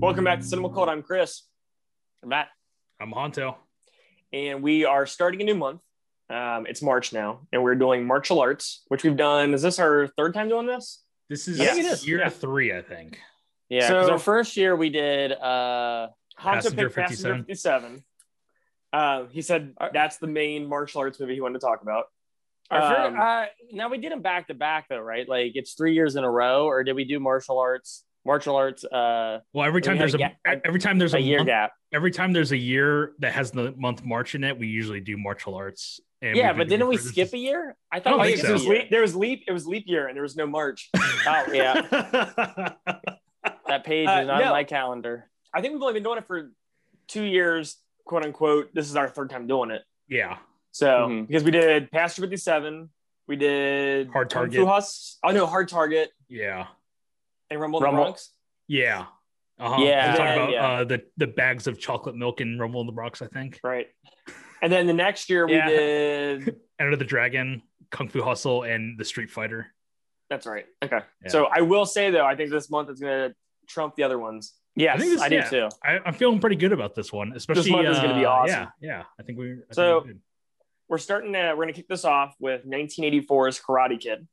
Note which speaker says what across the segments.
Speaker 1: Welcome back to Cinema Cult. I'm Chris. I'm Matt.
Speaker 2: I'm Honto.
Speaker 1: And we are starting a new month. Um, it's March now, and we're doing martial arts, which we've done. Is this our third time doing this?
Speaker 2: This is,
Speaker 1: I think it is,
Speaker 2: year
Speaker 1: yeah.
Speaker 2: three, I think.
Speaker 1: Yeah. So,
Speaker 3: So-
Speaker 1: our first year we did uh, Hanzo
Speaker 2: Passenger
Speaker 1: picked Passenger
Speaker 2: 57.
Speaker 1: 57. Uh, he said
Speaker 3: Our-
Speaker 1: that's the main martial arts movie he wanted to talk about.
Speaker 3: Our fir-
Speaker 1: Um,
Speaker 3: uh,
Speaker 1: Now we did them back to back though, right? Like it's three years in a row, or did we do martial arts? Martial arts, uh,
Speaker 2: Well, every
Speaker 1: We
Speaker 2: time
Speaker 1: had
Speaker 2: there's
Speaker 1: a
Speaker 2: a e,
Speaker 1: gap-
Speaker 2: every time there's
Speaker 1: a
Speaker 2: a,
Speaker 1: year
Speaker 2: month,
Speaker 1: gap.
Speaker 2: every time there's a year that has the month March in it, we usually do martial arts. And
Speaker 1: yeah, but
Speaker 2: we've been
Speaker 1: didn't
Speaker 2: doing
Speaker 1: we
Speaker 2: for-
Speaker 1: skip a year? I
Speaker 2: I
Speaker 1: thought
Speaker 2: don't
Speaker 1: we
Speaker 2: think
Speaker 1: skipped
Speaker 2: so.
Speaker 1: a year. there was leap. It was leap year, and there was no March. oh yeah, that page
Speaker 3: Uh,
Speaker 1: is not on
Speaker 3: no.
Speaker 1: my calendar. I think we've only been doing it for two years, quote unquote. This is our third time doing it.
Speaker 2: yeah,
Speaker 1: So
Speaker 3: Mhm.
Speaker 1: because we did Pastor Fifty Seven, we did
Speaker 2: Hard
Speaker 1: Kung Fu
Speaker 2: Target.
Speaker 1: Hus- Oh no, Hard Target
Speaker 2: yeah,
Speaker 1: and Rumble, in the
Speaker 3: Rumble.
Speaker 1: Bronx.
Speaker 2: yeah. Uh-huh.
Speaker 1: Yeah,
Speaker 2: We'll talk
Speaker 1: yeah,
Speaker 2: about
Speaker 1: yeah.
Speaker 2: Uh, the the bags of chocolate milk and Rumble in the Bronx, I think.
Speaker 1: Right. And then the next year we
Speaker 2: Yeah.
Speaker 1: did.
Speaker 2: Enter the Dragon, Kung Fu Hustle, and the Street Fighter.
Speaker 1: That's right. Okay.
Speaker 2: Yeah.
Speaker 1: So I will say though, I think this month is going to trump the other ones. Yes, I,
Speaker 2: think this-
Speaker 1: do too.
Speaker 2: yeah. I, I'm feeling pretty good about this one, especially.
Speaker 1: month is gonna be
Speaker 2: uh,
Speaker 1: awesome.
Speaker 2: Yeah, yeah. I think we. I think we're
Speaker 1: So-
Speaker 2: good.
Speaker 1: we're starting to we're going to kick this off with 1984's karate kid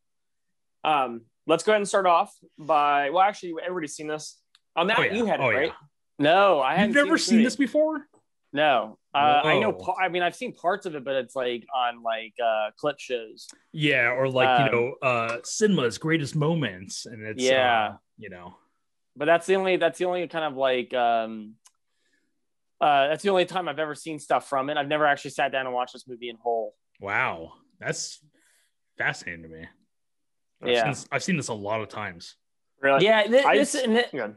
Speaker 1: um let's go ahead and start off by well actually everybody's seen this on that
Speaker 2: Oh, yeah.
Speaker 1: you had it
Speaker 2: Oh, yeah.
Speaker 1: right no i
Speaker 2: you've
Speaker 1: haven't
Speaker 2: never seen this
Speaker 1: movie.
Speaker 2: before.
Speaker 1: no uh, i know
Speaker 2: Whoa.
Speaker 1: pa- i mean i've seen parts of it but it's like on like uh clip shows
Speaker 2: Yeah, or like
Speaker 1: Um,
Speaker 2: you know, uh cinema's greatest moments, and it's
Speaker 1: Yeah.
Speaker 2: uh, you know,
Speaker 1: but that's the only that's the only kind of like um uh that's the only time i've ever seen stuff from it i've never actually sat down and watched this movie in whole
Speaker 2: wow, that's fascinating to me. I've
Speaker 1: Yeah.
Speaker 2: seen this, I've seen this a lot of times.
Speaker 1: really
Speaker 3: yeah, thi-
Speaker 1: I-
Speaker 3: this, and thi-
Speaker 1: yeah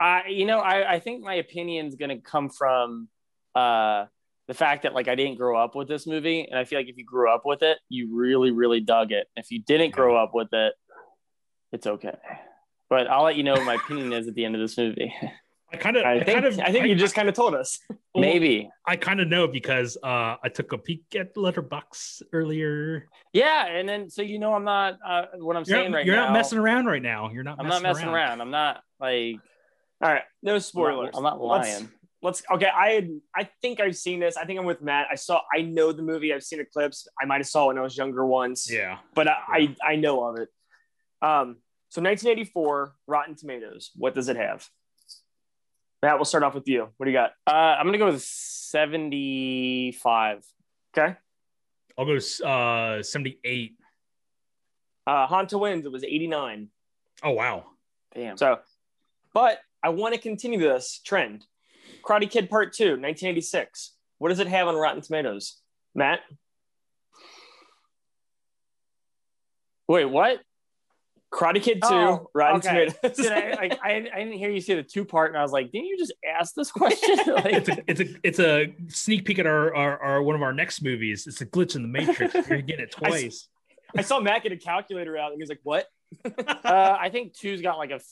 Speaker 3: I, you know, I, I think my opinion's going to come from uh, the fact that like I didn't grow up with this movie, and I feel like if you grew up with it, you really, really dug it. If you didn't grow up with it, it's okay. But I'll let you know what my opinion is at the end of this movie.
Speaker 2: I kind of,
Speaker 1: i
Speaker 2: I,
Speaker 1: think
Speaker 2: kind of,
Speaker 1: i think you just kind of told us
Speaker 2: Well,
Speaker 3: Maybe,
Speaker 2: I kind of know because uh I took a peek at Letterbox earlier.
Speaker 3: yeah. And then so you know, I'm not uh, what I'm
Speaker 2: You're,
Speaker 3: saying
Speaker 2: not,
Speaker 3: right
Speaker 2: you're
Speaker 3: now.
Speaker 2: not messing around right now. You're not.
Speaker 3: I'm not messing around. I'm not like
Speaker 1: all right no
Speaker 3: spoilers.
Speaker 1: spoilers
Speaker 3: I'm not
Speaker 1: Let's-
Speaker 3: lying.
Speaker 1: let's okay i had i think i've seen this i think i'm with matt i saw i know the movie i've seen the clips i might have saw it when i was younger once
Speaker 2: Yeah,
Speaker 1: but I, I i know of it um so 1984 rotten tomatoes what does it have matt we'll start off with you what do you got
Speaker 3: Uh, I'm gonna go with 75.
Speaker 1: okay
Speaker 2: I'll go uh 78.
Speaker 1: uh hanta wins it was 89
Speaker 2: Oh wow,
Speaker 3: Damn.
Speaker 1: so but i want to continue this trend karate kid part 2 1986 what does it have on rotten tomatoes matt
Speaker 3: Wait, what?
Speaker 1: karate kid 2
Speaker 3: Oh,
Speaker 1: rotten
Speaker 3: okay.
Speaker 1: tomatoes
Speaker 3: Did I, like, I, I didn't hear you say the two part, and I was like, didn't you just ask this question? like,
Speaker 2: it's a it's a it's a sneak peek at our our, our one of our next movies. It's a glitch in the matrix. You're getting it
Speaker 1: I s-
Speaker 2: twice.
Speaker 1: I saw Matt get a calculator out and he's like, what?
Speaker 3: uh, I think two's got like a, f-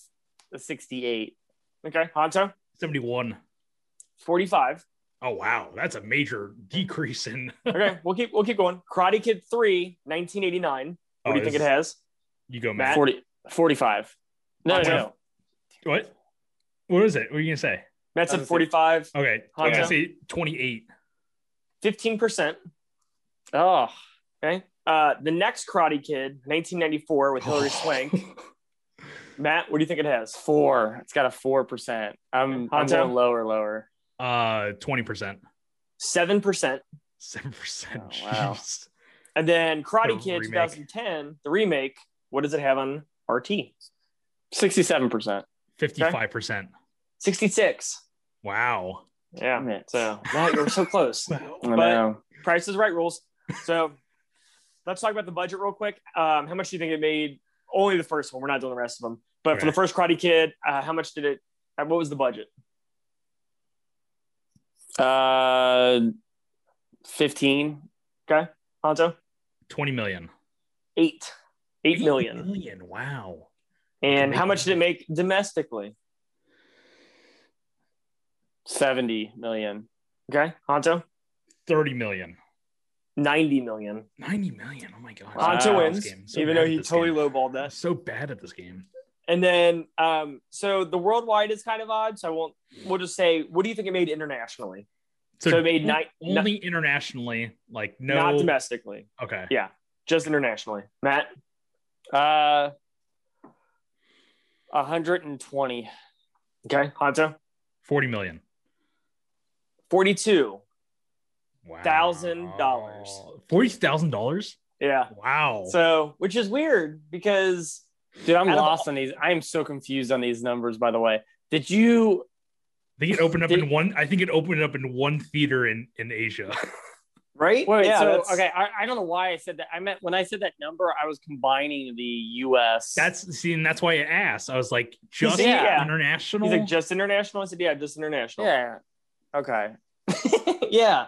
Speaker 3: a 68.
Speaker 1: Okay, Honto,
Speaker 2: 71.
Speaker 1: 45.
Speaker 2: Oh wow, that's a major decrease in.
Speaker 1: Okay, we'll keep we'll keep going. Karate Kid 3, 1989. What
Speaker 3: Oh,
Speaker 1: do you think it has?
Speaker 2: oh, You go,
Speaker 1: Matt?
Speaker 2: Matt.
Speaker 3: 40, 45. No, no, no.
Speaker 2: What? What is it? What are you gonna say?
Speaker 1: Matt
Speaker 3: I
Speaker 1: said
Speaker 3: was
Speaker 1: 45,
Speaker 2: Okay,
Speaker 1: Hanzo?
Speaker 2: I'm gonna say 28.
Speaker 1: 15%.
Speaker 3: Oh,
Speaker 1: Okay. Uh, the next Karate Kid, 1994, with Hillary
Speaker 2: Oh.
Speaker 1: Swank. Matt, what do you think it has?
Speaker 3: four. It's got a 4%. I'm, I'm
Speaker 1: Honto?
Speaker 3: going lower, lower.
Speaker 2: Uh, 20 percent,
Speaker 1: 7%.
Speaker 2: seven percent.
Speaker 3: Oh, wow.
Speaker 1: And then Karate
Speaker 2: The
Speaker 1: Kid
Speaker 2: remake.
Speaker 1: 2010, the remake, what does it have on RT?
Speaker 3: 67%.
Speaker 2: 55 percent.
Speaker 1: 66.
Speaker 2: Wow.
Speaker 1: Yeah.
Speaker 3: Damn it.
Speaker 1: So, Matt, you were so close.
Speaker 2: Wow.
Speaker 3: I
Speaker 1: But-
Speaker 3: know.
Speaker 1: Price is Right rules. So let's talk about the budget real quick. Um, how much do you think it made? Only the first one. We're not doing the rest of them. But for
Speaker 2: Okay.
Speaker 1: the first Karate Kid, uh, how much did it? uh, What was the budget?
Speaker 3: Uh, 15.
Speaker 1: Honto,
Speaker 2: 20 million.
Speaker 1: eight, eight million.
Speaker 2: million. Wow.
Speaker 1: And how much did it make domestically?
Speaker 3: 70 million.
Speaker 1: Okay, Honto,
Speaker 2: 30 million.
Speaker 1: ninety million.
Speaker 2: 90 million. Oh my god.
Speaker 3: Wow.
Speaker 1: Honto
Speaker 3: Wow.
Speaker 1: wins, even though he totally
Speaker 2: low
Speaker 1: lowballed that.
Speaker 2: So bad at this game.
Speaker 1: And then, um, so the worldwide is kind of odd. So I won't. We'll just say, what do you think it made internationally? So, it made ni- no-
Speaker 2: only internationally, like no.
Speaker 1: not domestically,
Speaker 2: okay.
Speaker 1: just internationally. Matt,
Speaker 3: Uh, 120.
Speaker 1: okay, Hanto,
Speaker 2: 40 million.
Speaker 1: forty-two.
Speaker 2: Wow.
Speaker 1: $1,000.
Speaker 2: $40,000?
Speaker 1: Yeah.
Speaker 2: Wow.
Speaker 1: So, which is weird because
Speaker 3: Dude, I'm
Speaker 1: Out of
Speaker 3: lost on these. I am so confused on these numbers, by the way. Did you?
Speaker 2: I think it opened up
Speaker 3: Did-
Speaker 2: in one. I think it opened up in one theater in in Asia.
Speaker 1: right?
Speaker 3: Wait, so,
Speaker 1: that's-
Speaker 3: okay, I, I don't know why I said that. I meant when I said that number, I was combining the U.S.
Speaker 2: That's see, and that's why I asked. I was like, just
Speaker 1: like, yeah.
Speaker 2: international.
Speaker 1: He's like just international. I said, yeah, just international.
Speaker 3: yeah. Okay.
Speaker 1: yeah.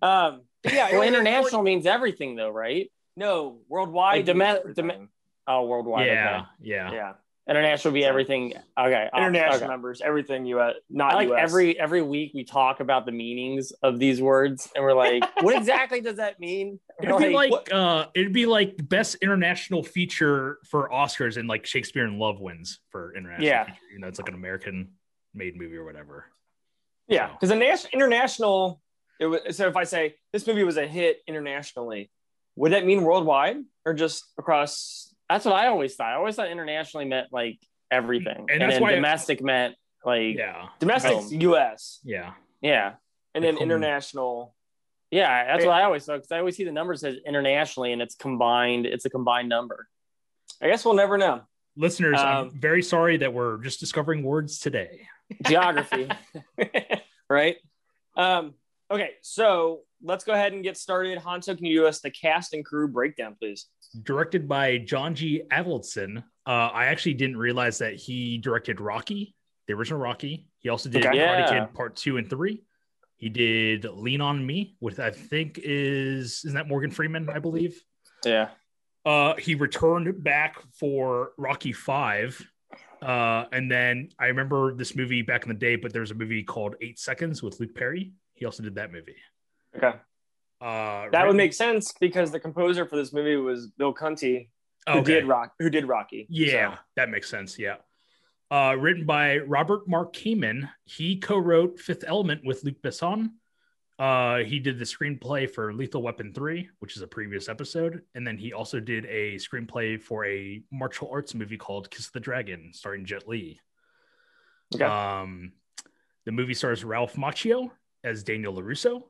Speaker 1: Um, but yeah. it
Speaker 3: Well,
Speaker 1: was
Speaker 3: international means everything, though, right?
Speaker 1: No, worldwide.
Speaker 3: Like, dome-
Speaker 1: everything.
Speaker 3: Oh, worldwide.
Speaker 2: yeah,
Speaker 3: Okay.
Speaker 2: yeah,
Speaker 1: yeah.
Speaker 3: International would be everything. Okay. uh,
Speaker 1: International
Speaker 3: okay.
Speaker 1: numbers, everything U.S. Not
Speaker 3: I like
Speaker 1: US.
Speaker 3: every every week we talk about the meanings of these words, and we're like, what exactly does that mean?
Speaker 2: It'd be
Speaker 3: Like,
Speaker 2: like uh, it'd be like best international feature for Oscars, and like Shakespeare in Love wins for international.
Speaker 3: Yeah.
Speaker 2: feature. you know, it's like an American made movie or whatever.
Speaker 1: Yeah,
Speaker 2: So-
Speaker 1: because the nas- international. It was, so if I say this movie was a hit internationally, would that mean worldwide or just across?
Speaker 3: That's what I always thought. I always thought internationally meant like everything,
Speaker 2: And
Speaker 3: and,
Speaker 2: that's
Speaker 3: then
Speaker 2: why-
Speaker 3: domestic meant like yeah,
Speaker 2: Yeah,
Speaker 1: Domestic's
Speaker 3: Boom.
Speaker 1: U.S.
Speaker 2: yeah.
Speaker 3: yeah,
Speaker 1: and then
Speaker 2: Boom.
Speaker 1: international.
Speaker 3: That's what I always thought because I always see the numbers says internationally, and it's combined. It's a combined number.
Speaker 1: I guess we'll never know.
Speaker 2: Listeners,
Speaker 1: Um,
Speaker 2: I'm very sorry that we're just discovering words today.
Speaker 3: Geography.
Speaker 1: right? Um, okay, so let's go ahead and get started. Hanso, can you do us the cast and crew breakdown, please?
Speaker 2: Directed by John G. Avildsen. Uh, I actually didn't realize that he directed Rocky, the original Rocky. He also did
Speaker 1: Okay.
Speaker 2: Karate
Speaker 3: Yeah.
Speaker 2: Kid Part Two and Three. He did Lean on Me, with I think is isn't that Morgan Freeman? I believe.
Speaker 3: yeah.
Speaker 2: Uh, he returned back for Rocky Five, uh, and then I remember this movie back in the day. But there was a movie called Eight Seconds with Luke Perry. He also did that movie.
Speaker 1: Okay,
Speaker 2: Uh,
Speaker 1: that would
Speaker 2: written-
Speaker 1: make sense because the composer for this movie was Bill Conti, who
Speaker 2: Okay.
Speaker 1: did Rock, who did Rocky.
Speaker 2: Yeah,
Speaker 1: So,
Speaker 2: that makes sense. Yeah. Uh, written by Robert Mark Kamen. He co wrote Fifth Element with Luc Besson. Uh, he did the screenplay for Lethal Weapon 3, which is a previous episode. And then he also did a screenplay for a martial arts movie called Kiss the Dragon, starring Jet Li.
Speaker 1: Okay.
Speaker 2: Um, the movie stars Ralph Macchio as Daniel LaRusso,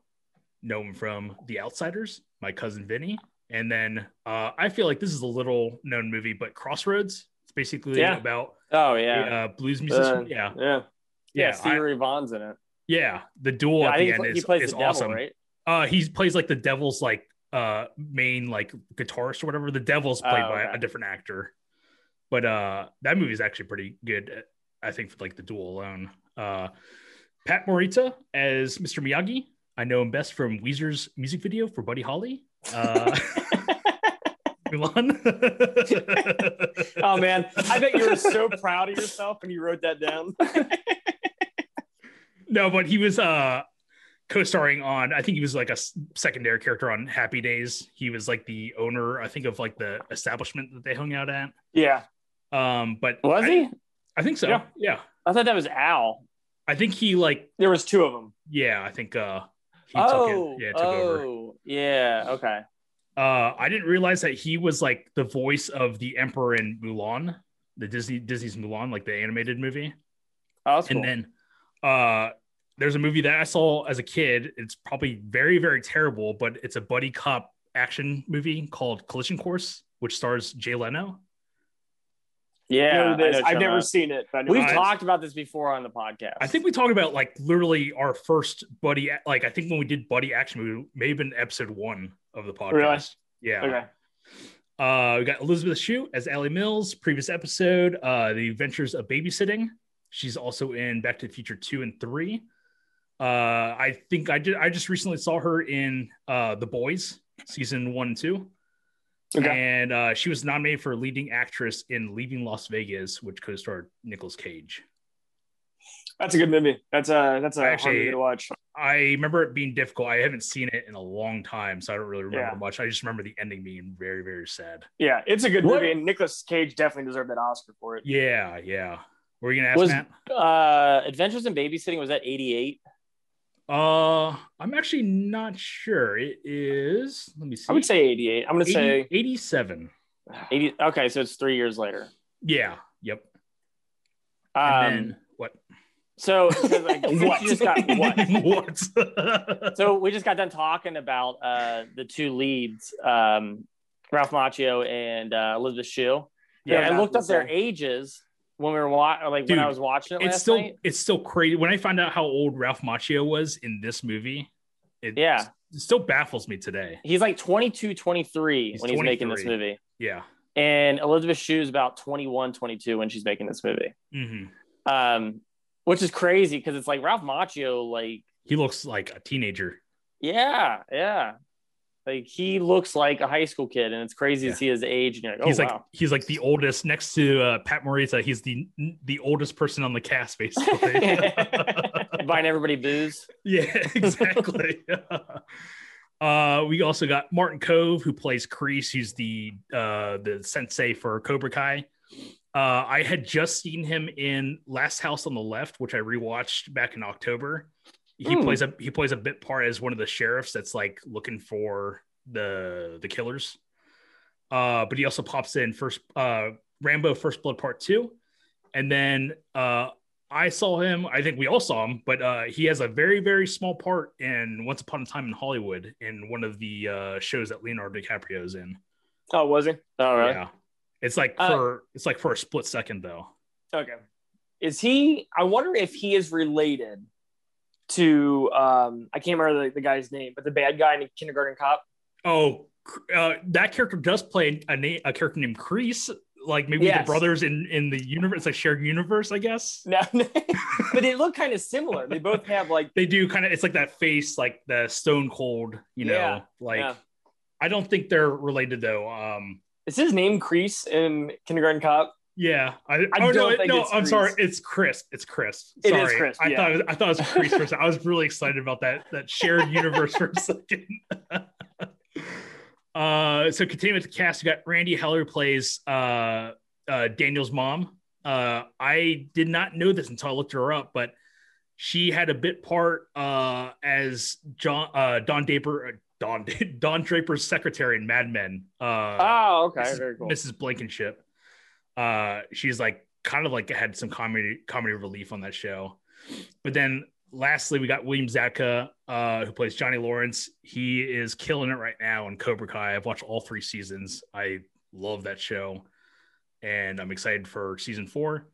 Speaker 2: known from The Outsiders, My Cousin Vinny. And then uh, I feel like this is a little known movie, but Crossroads. It's basically
Speaker 1: Yeah.
Speaker 2: about
Speaker 3: Oh
Speaker 2: a,
Speaker 3: yeah.
Speaker 2: uh, blues musician.
Speaker 1: Uh,
Speaker 2: yeah.
Speaker 1: yeah.
Speaker 3: Yeah.
Speaker 2: Yeah. I-
Speaker 3: Theory Vaughn's in it.
Speaker 2: yeah. The duel
Speaker 3: Yeah,
Speaker 2: at
Speaker 3: I
Speaker 2: the
Speaker 3: think he,
Speaker 2: end
Speaker 3: pl-
Speaker 2: is,
Speaker 3: he plays
Speaker 2: is
Speaker 3: the devil,
Speaker 2: awesome.
Speaker 3: right?
Speaker 2: Uh, he plays like the devil's like uh main like guitarist or whatever. The devil's played
Speaker 3: Oh,
Speaker 2: by
Speaker 3: okay.
Speaker 2: a different actor. But uh that movie is actually pretty good, I think, for like the duel alone. Uh Pat Morita as Mr. Miyagi. I know him best from Weezer's music video for Buddy Holly. Uh Mulan.
Speaker 1: Oh man, I bet you were so proud of yourself when you wrote that down.
Speaker 2: No, but he was uh co-starring on I think he was like a s- secondary character on Happy Days. He was like the owner, I think of like the establishment that they hung out at.
Speaker 1: yeah.
Speaker 2: Um but
Speaker 3: Was
Speaker 2: I-
Speaker 3: he?
Speaker 2: I think so. Yeah.
Speaker 1: Yeah.
Speaker 3: I thought that was Al.
Speaker 2: I think he like
Speaker 1: There was two of them.
Speaker 2: yeah, I think uh he
Speaker 3: Oh,
Speaker 2: took it. Yeah, took over.
Speaker 3: oh, yeah. Okay.
Speaker 2: Uh I didn't realize that he was like the voice of the Emperor in Mulan, the Disney Disney's Mulan, like the animated movie.
Speaker 3: Oh, that's cool.
Speaker 2: And then uh there's a movie that I saw as a kid. It's probably very, very terrible, but it's a buddy cop action movie called Collision Course, which stars Jay Leno.
Speaker 1: You know
Speaker 3: yeah,
Speaker 1: what it is?
Speaker 3: I know
Speaker 1: I've
Speaker 3: Chumba.
Speaker 1: never seen it. But I know
Speaker 3: We've
Speaker 1: it is.
Speaker 3: talked about this before on the podcast.
Speaker 2: I think we talked about like literally our first buddy, like I think when we did buddy action movie, may have been episode one of the podcast.
Speaker 1: Really?
Speaker 2: Yeah.
Speaker 1: Okay.
Speaker 2: Uh, we got Elizabeth Shue as Allie Mills, previous episode, uh, The Adventures of Babysitting. She's also in Back to the Future 2 and 3. Uh, I think I did I just recently saw her in uh The Boys season one and two.
Speaker 1: Okay.
Speaker 2: And uh, she was nominated for leading actress in Leaving Las Vegas, which co-starred Nicolas Cage.
Speaker 1: That's a good movie. That's a that's a
Speaker 2: Actually,
Speaker 1: hard movie to watch.
Speaker 2: I remember it being difficult. I haven't seen it in a long time, so I don't really remember
Speaker 1: Yeah.
Speaker 2: much. I just remember the ending being very, very sad.
Speaker 1: Yeah, it's a good
Speaker 3: What-
Speaker 1: movie, and Nicolas Cage definitely deserved that Oscar for it.
Speaker 2: Yeah, yeah. Were you gonna ask
Speaker 3: Was-
Speaker 2: Matt?
Speaker 3: Uh, Adventures in Babysitting was that 88?
Speaker 2: Uh, I'm actually not sure. It is. Let me see.
Speaker 1: I would say 88. I'm gonna
Speaker 2: 80
Speaker 1: say
Speaker 2: 87.
Speaker 3: 80. Okay, so it's three years later.
Speaker 2: Yeah. Yep.
Speaker 3: Um,
Speaker 2: And then, what?
Speaker 3: so 'cause, like, since
Speaker 1: What?
Speaker 3: you just got what?
Speaker 2: what?
Speaker 3: So we just got done talking about uh, the two leads, um, Ralph Macchio and uh, Elizabeth Shue.
Speaker 1: Yeah,
Speaker 3: Yeah, I
Speaker 1: that's
Speaker 3: looked
Speaker 1: what
Speaker 3: up their
Speaker 1: I'm
Speaker 3: ages when we were watching, like
Speaker 2: Dude,
Speaker 3: when I was watching it
Speaker 2: it's
Speaker 3: last
Speaker 2: still
Speaker 3: night.
Speaker 2: it's still crazy when I find out how old Ralph Macchio was in this movie. It
Speaker 3: Yeah.
Speaker 2: it still baffles me today.
Speaker 3: He's like 22, 23
Speaker 2: He's
Speaker 3: when he's making this
Speaker 2: 23.
Speaker 3: movie.
Speaker 2: Yeah.
Speaker 3: And Elizabeth Shue's about 21, 22 when she's making this movie.
Speaker 2: Mhm.
Speaker 3: Um, which is crazy because it's like Ralph Macchio, like,
Speaker 2: He looks like a teenager.
Speaker 3: yeah, yeah. Like he looks like a high school kid, and it's crazy
Speaker 2: Yeah.
Speaker 3: to see his age. And you're like, oh,
Speaker 2: he's
Speaker 3: wow.
Speaker 2: like he's like the oldest next to uh, Pat Morita. He's the the oldest person on the cast, basically.
Speaker 3: buying everybody booze.
Speaker 2: yeah, exactly. uh, we also got Martin Cove, who plays Kreese, who's the uh, the sensei for Cobra Kai. Uh, I had just seen him in Last House on the Left, which I rewatched back in October. He
Speaker 3: Hmm.
Speaker 2: plays a he plays a bit part as one of the sheriffs that's like looking for the the killers. Uh, but he also pops in first uh, Rambo First Blood Part Two, and then uh, I saw him. I think we all saw him, but uh, he has a very very small part in Once Upon a Time in Hollywood in one of the uh, shows that Leonardo DiCaprio is in.
Speaker 1: Oh, was he?
Speaker 3: Oh, really?
Speaker 2: Yeah, it's like
Speaker 3: Uh,
Speaker 2: for it's like for a split second though.
Speaker 1: Okay. Is he? I wonder if he is related to um I can't remember the, the guy's name, but the bad guy in Kindergarten Cop.
Speaker 2: Oh, uh, that character does play a na- a character named Crease. Like maybe
Speaker 1: Yes.
Speaker 2: the brothers in in the universe, like shared universe, I guess.
Speaker 1: No, but they look kind of similar. They both have like
Speaker 2: They do kind of. It's like that face, like the Stone Cold. You know,
Speaker 1: Yeah,
Speaker 2: like
Speaker 1: yeah.
Speaker 2: I don't think they're related though. Um,
Speaker 1: is his name Crease in Kindergarten Cop?
Speaker 2: Yeah, I, oh, no,
Speaker 1: don't
Speaker 2: it-
Speaker 1: think
Speaker 2: no,
Speaker 1: it's
Speaker 2: I'm sorry,
Speaker 1: Crease.
Speaker 2: it's Chris. It's Chris.
Speaker 1: It is
Speaker 2: Sorry.
Speaker 1: Chris,
Speaker 2: I
Speaker 1: yeah.
Speaker 2: thought it was, I thought it was Chris. First. I was really excited about that that shared universe for a second. uh, so continuing with the cast, you got Randy Heller plays uh, uh, Daniel's mom. Uh, I did not know this until I looked her up, but she had a bit part uh, as John uh, Don Draper Don Don Draper's secretary in Mad Men. Uh,
Speaker 1: Oh, okay,
Speaker 2: Mrs.
Speaker 1: very cool.
Speaker 2: Mrs. Blankenship. Uh, she's like kind of like had some comedy comedy relief on that show. But then lastly, we got William Zabka, uh, who plays Johnny Lawrence. He is killing it right now in Cobra Kai. I've watched all three seasons. I love that show, and I'm excited for season four.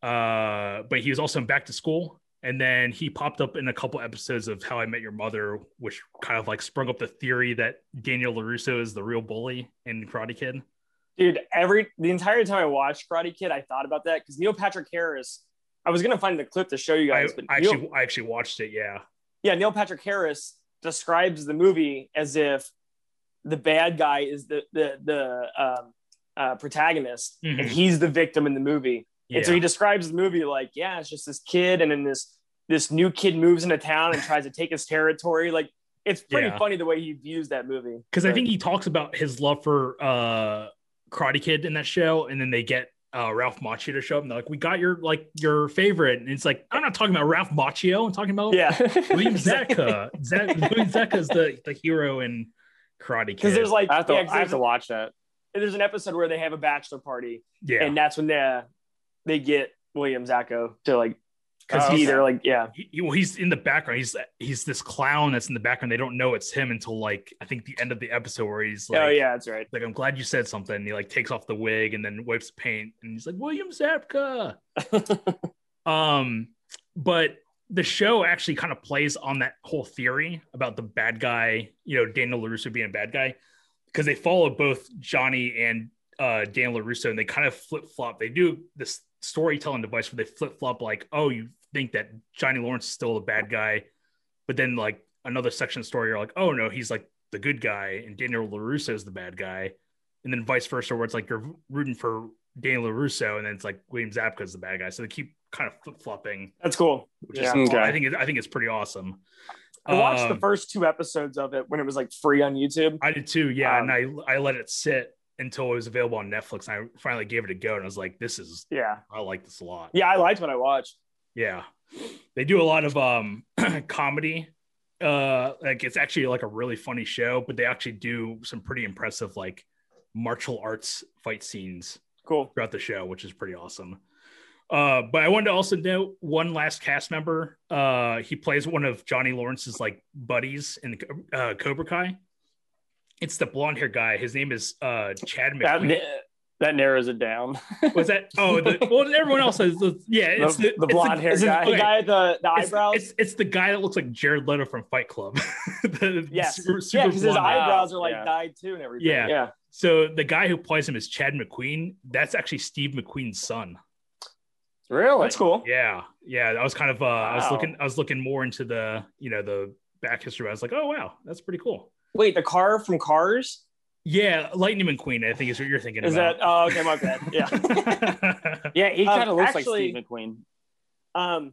Speaker 2: Uh, but he was also in Back to School. And then he popped up in a couple episodes of How I Met Your Mother, which kind of like sprung up the theory that Daniel LaRusso is the real bully in Karate Kid.
Speaker 1: Dude, every the entire time I watched Karate Kid, I thought about that because Neil Patrick Harris. I was gonna find the clip to show you
Speaker 2: I,
Speaker 1: guys, but
Speaker 2: I
Speaker 1: Neil-
Speaker 2: actually I actually watched it. Yeah,
Speaker 1: yeah, Neil Patrick Harris describes the movie as if the bad guy is the the the um, uh, protagonist
Speaker 2: Mhm.
Speaker 1: and he's the victim in the movie.
Speaker 2: yeah.
Speaker 1: And so he describes the movie like, yeah, it's just this kid, and then this this new kid moves into town and tries to take his territory. Like, it's pretty
Speaker 2: Yeah.
Speaker 1: funny the way he views that movie.
Speaker 2: because I
Speaker 1: But-
Speaker 2: think he talks about his love for uh Karate Kid in that show, and then they get uh Ralph Macchio to show up, and they're like, "We got your like your favorite," and it's like, "I'm not talking about Ralph Macchio. I'm talking about
Speaker 1: yeah,
Speaker 2: William Zabka. Zab- William Zabka is the the hero in Karate Kid."
Speaker 1: because there's like
Speaker 3: I have to,
Speaker 1: yeah, 'cause
Speaker 3: I have to
Speaker 1: there's,
Speaker 3: watch that.
Speaker 1: there's an episode where they have a bachelor party,
Speaker 2: yeah,
Speaker 1: and that's when they uh, they get William Zacco to like
Speaker 2: because
Speaker 1: be
Speaker 2: he's,
Speaker 1: there. Like, yeah,
Speaker 2: he- he- well, he's in the background. He's he's this clown that's in the background. They don't know it's him until like I think the end of the episode where he's like,
Speaker 1: oh yeah, that's right.
Speaker 2: like I'm glad you said something. And he like takes off the wig and then wipes the paint and he's like William Zabka. um, but the show actually kind of plays on that whole theory about the bad guy, you know, Daniel Larusso being a bad guy, because they follow both Johnny and uh, Daniel Larusso and they kind of flip flop. They do this storytelling device where they flip flop like, oh, you think that Johnny Lawrence is still the bad guy, but then like another section of the story, you're like, oh no, he's like the good guy and Daniel Larusso is the bad guy, and then vice versa, where it's like you're rooting for Daniel Larusso and then it's like William Zabka's the bad guy. So they keep kind of flip flopping,
Speaker 1: That's cool.
Speaker 2: which
Speaker 1: Yeah.
Speaker 2: is
Speaker 3: Okay.
Speaker 2: I think it, I think it's pretty awesome.
Speaker 1: I watched
Speaker 2: Um,
Speaker 1: the first two episodes of it when it was like free on YouTube.
Speaker 2: I did too, yeah.
Speaker 1: Um,
Speaker 2: and I I let it sit until it was available on Netflix. And I finally gave it a go, and I was like, this is
Speaker 1: Yeah.
Speaker 2: I like this a lot.
Speaker 1: Yeah, I liked what I watched.
Speaker 2: Yeah. They do a lot of um comedy. Uh like it's actually like a really funny show, but they actually do some pretty impressive like martial arts fight scenes
Speaker 1: Cool.
Speaker 2: throughout the show, which is pretty awesome. Uh but I wanted to also note one last cast member. Uh he plays one of Johnny Lawrence's like buddies in the uh, Cobra Kai. It's the blonde hair guy. His name is uh Chad
Speaker 3: That,
Speaker 2: McQueen.
Speaker 3: that narrows it down.
Speaker 2: Was that? Oh, the, well, everyone else has. The, yeah,
Speaker 3: The-
Speaker 2: it's
Speaker 3: the blonde hair
Speaker 1: Is it
Speaker 3: guy.
Speaker 2: okay.
Speaker 1: the guy with the, the
Speaker 2: It's-
Speaker 1: eyebrows?
Speaker 2: It's, it's the guy that looks like Jared Leto from Fight Club. the, the
Speaker 1: Yes.
Speaker 2: super-
Speaker 1: yeah,
Speaker 2: super
Speaker 1: because his
Speaker 2: blonde guy.
Speaker 1: eyebrows are like
Speaker 3: Yeah.
Speaker 1: dyed too and everything.
Speaker 2: Yeah.
Speaker 1: Yeah.
Speaker 2: So the guy who plays him is Chad McQueen. That's actually Steve McQueen's son.
Speaker 3: Really?
Speaker 1: That's cool.
Speaker 2: Yeah, yeah. I was kind of uh, I was
Speaker 3: Wow.
Speaker 2: looking I was looking more into the you know the back history. I was like, oh wow, that's pretty cool.
Speaker 1: Wait, the car from Cars?
Speaker 2: Yeah, Lightning McQueen. I think is what you're thinking
Speaker 1: Is that?
Speaker 2: about.
Speaker 1: Oh, okay, my bad. Yeah.
Speaker 2: that?
Speaker 3: Yeah, he
Speaker 1: Um,
Speaker 3: kind of looks
Speaker 1: actually-
Speaker 3: like Steve McQueen.
Speaker 1: um,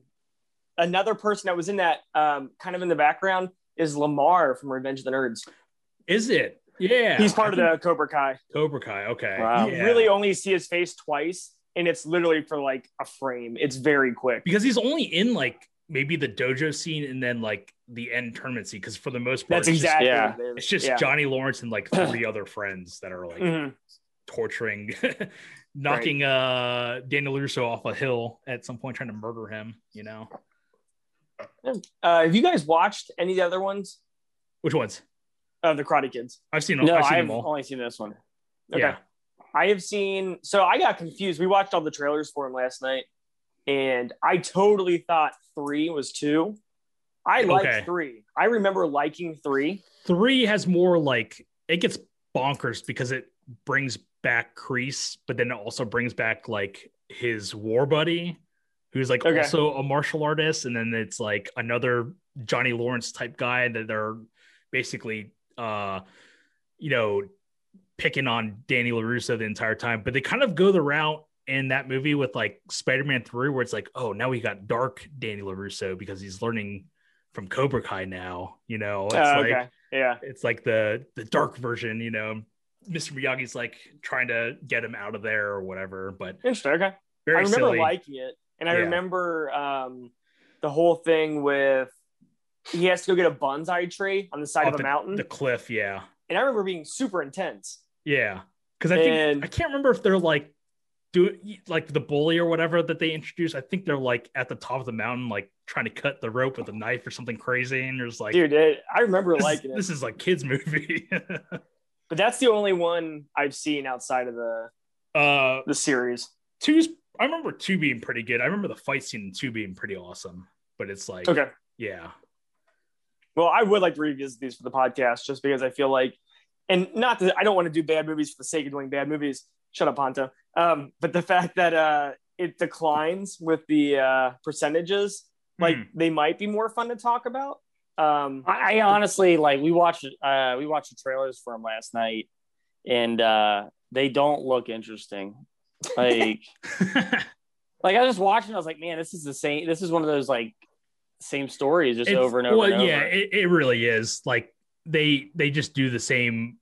Speaker 1: another person that was in that um, kind of in the background is Lamar from Revenge of the Nerds.
Speaker 2: is it? Yeah,
Speaker 1: He's part of
Speaker 2: I
Speaker 1: the Cobra Kai.
Speaker 2: think Cobra Kai. Okay,
Speaker 3: Wow.
Speaker 1: You
Speaker 2: Yeah.
Speaker 1: really only see his face twice, and it's literally for like a frame. It's very quick.
Speaker 2: because he's only in like maybe the dojo scene and then like the end tournament scene. Because for the most part,
Speaker 1: That's
Speaker 2: it's just-
Speaker 1: exactly
Speaker 3: yeah.
Speaker 1: what it is.
Speaker 2: It's just
Speaker 1: Yeah.
Speaker 2: Johnny Lawrence and like three other friends that are like
Speaker 1: Mhm.
Speaker 2: torturing, knocking uh Daniel Russo off a hill at some point, trying to murder him. You know
Speaker 1: Uh, have you guys watched any of the other ones
Speaker 2: which ones?
Speaker 1: of the Karate Kids?
Speaker 2: I've seen.
Speaker 3: No,
Speaker 2: I've
Speaker 3: I've,
Speaker 2: seen them all.
Speaker 3: only seen this one.
Speaker 1: Okay.
Speaker 2: Yeah.
Speaker 1: I have seen. So I got confused. We watched all the trailers for him last night, and I totally thought three was two. I liked
Speaker 2: Okay.
Speaker 1: three. I remember liking three.
Speaker 2: Three has more like it gets bonkers because it brings back Crease, but then it also brings back like his war buddy, who's like
Speaker 1: Okay.
Speaker 2: also a martial artist, and then it's like another Johnny Lawrence type guy that they're basically uh you know picking on Danny LaRusso the entire time. But they kind of go the route in that movie with like Spider-Man 3 where it's like, oh now we got dark Danny LaRusso because he's learning from Cobra Kai now, you know. It's
Speaker 1: Uh,
Speaker 2: like
Speaker 1: okay. Yeah.
Speaker 2: it's like the the dark version, you know. Mr. Miyagi's like trying to get him out of there or whatever, but
Speaker 1: Interesting. Okay.
Speaker 2: very
Speaker 1: I remember
Speaker 2: silly.
Speaker 1: liking it, and I
Speaker 2: Yeah.
Speaker 1: remember um, the whole thing with he has to go get a bonsai tree on the side
Speaker 2: Off
Speaker 1: of a mountain,
Speaker 2: the cliff, yeah,
Speaker 1: and I remember being super intense.
Speaker 2: yeah. Because I think
Speaker 1: And-
Speaker 2: I can't remember if they're like do like the bully or whatever that they introduced. I think they're like at the top of the mountain, like trying to cut the rope with a knife or something crazy, and there's like,
Speaker 1: Dude, it, I remember
Speaker 2: this,
Speaker 1: liking it,
Speaker 2: this is like kids movie.
Speaker 1: but that's the only one I've seen outside of the
Speaker 2: uh,
Speaker 1: the series.
Speaker 2: two's I remember two being pretty good. I remember the fight scene in two being pretty awesome, but it's like,
Speaker 1: Okay.
Speaker 2: yeah,
Speaker 1: Well, I would like to revisit these for the podcast just because I feel like, and not that I don't want to do bad movies for the sake of doing bad movies. Shut up, Ponto. Um, but the fact that uh, it declines with the uh, percentages, like
Speaker 2: Mhm.
Speaker 1: they might be more fun to talk about. Um,
Speaker 3: I, I honestly like we watched uh we watched the trailers for him last night and uh they don't look interesting. Like
Speaker 2: Hmm.
Speaker 3: like I was just watching, I was like, man, this is the same this is one of those like same stories just
Speaker 2: It's-
Speaker 3: over and over.
Speaker 2: Well,
Speaker 3: and
Speaker 2: yeah,
Speaker 3: over.
Speaker 2: It, it really is. Like they they just do the same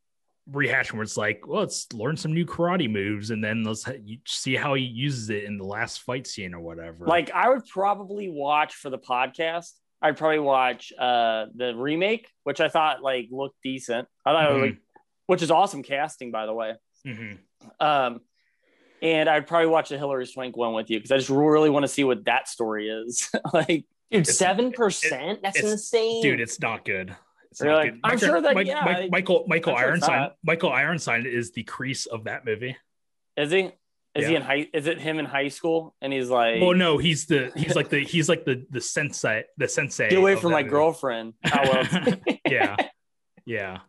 Speaker 2: rehash where it's like, well, let's learn some new karate moves and then let's ha- you see how he uses it in the last fight scene or whatever.
Speaker 3: Like I would probably watch for the podcast. I'd probably watch uh the remake, which I thought like looked decent. I thought it
Speaker 2: Mhm.
Speaker 3: was, oh, like, which is awesome casting by the way.
Speaker 2: Mhm.
Speaker 3: Um and I'd probably watch the Hillary Swank one with you because I just really want to see what that story is. like
Speaker 1: dude,
Speaker 2: It's-
Speaker 1: seven percent? That's
Speaker 2: it's-
Speaker 1: insane,
Speaker 2: dude, it's not good. It's not
Speaker 1: Really?
Speaker 2: good.
Speaker 3: I'm sure that- yeah, I-
Speaker 2: Michael Michael
Speaker 3: I'm sure it's
Speaker 2: Ironsign
Speaker 3: not.
Speaker 2: Michael Ironsign is the crease of that movie.
Speaker 3: Is he? Is he
Speaker 2: Yeah.
Speaker 3: in high? Is it him in high school? And he's like,
Speaker 2: Well, no, he's the he's like the he's like the the sensei the sensei.
Speaker 3: get away
Speaker 2: of
Speaker 3: from
Speaker 2: that
Speaker 3: my
Speaker 2: movie.
Speaker 3: girlfriend. Oh, well,
Speaker 2: yeah, yeah.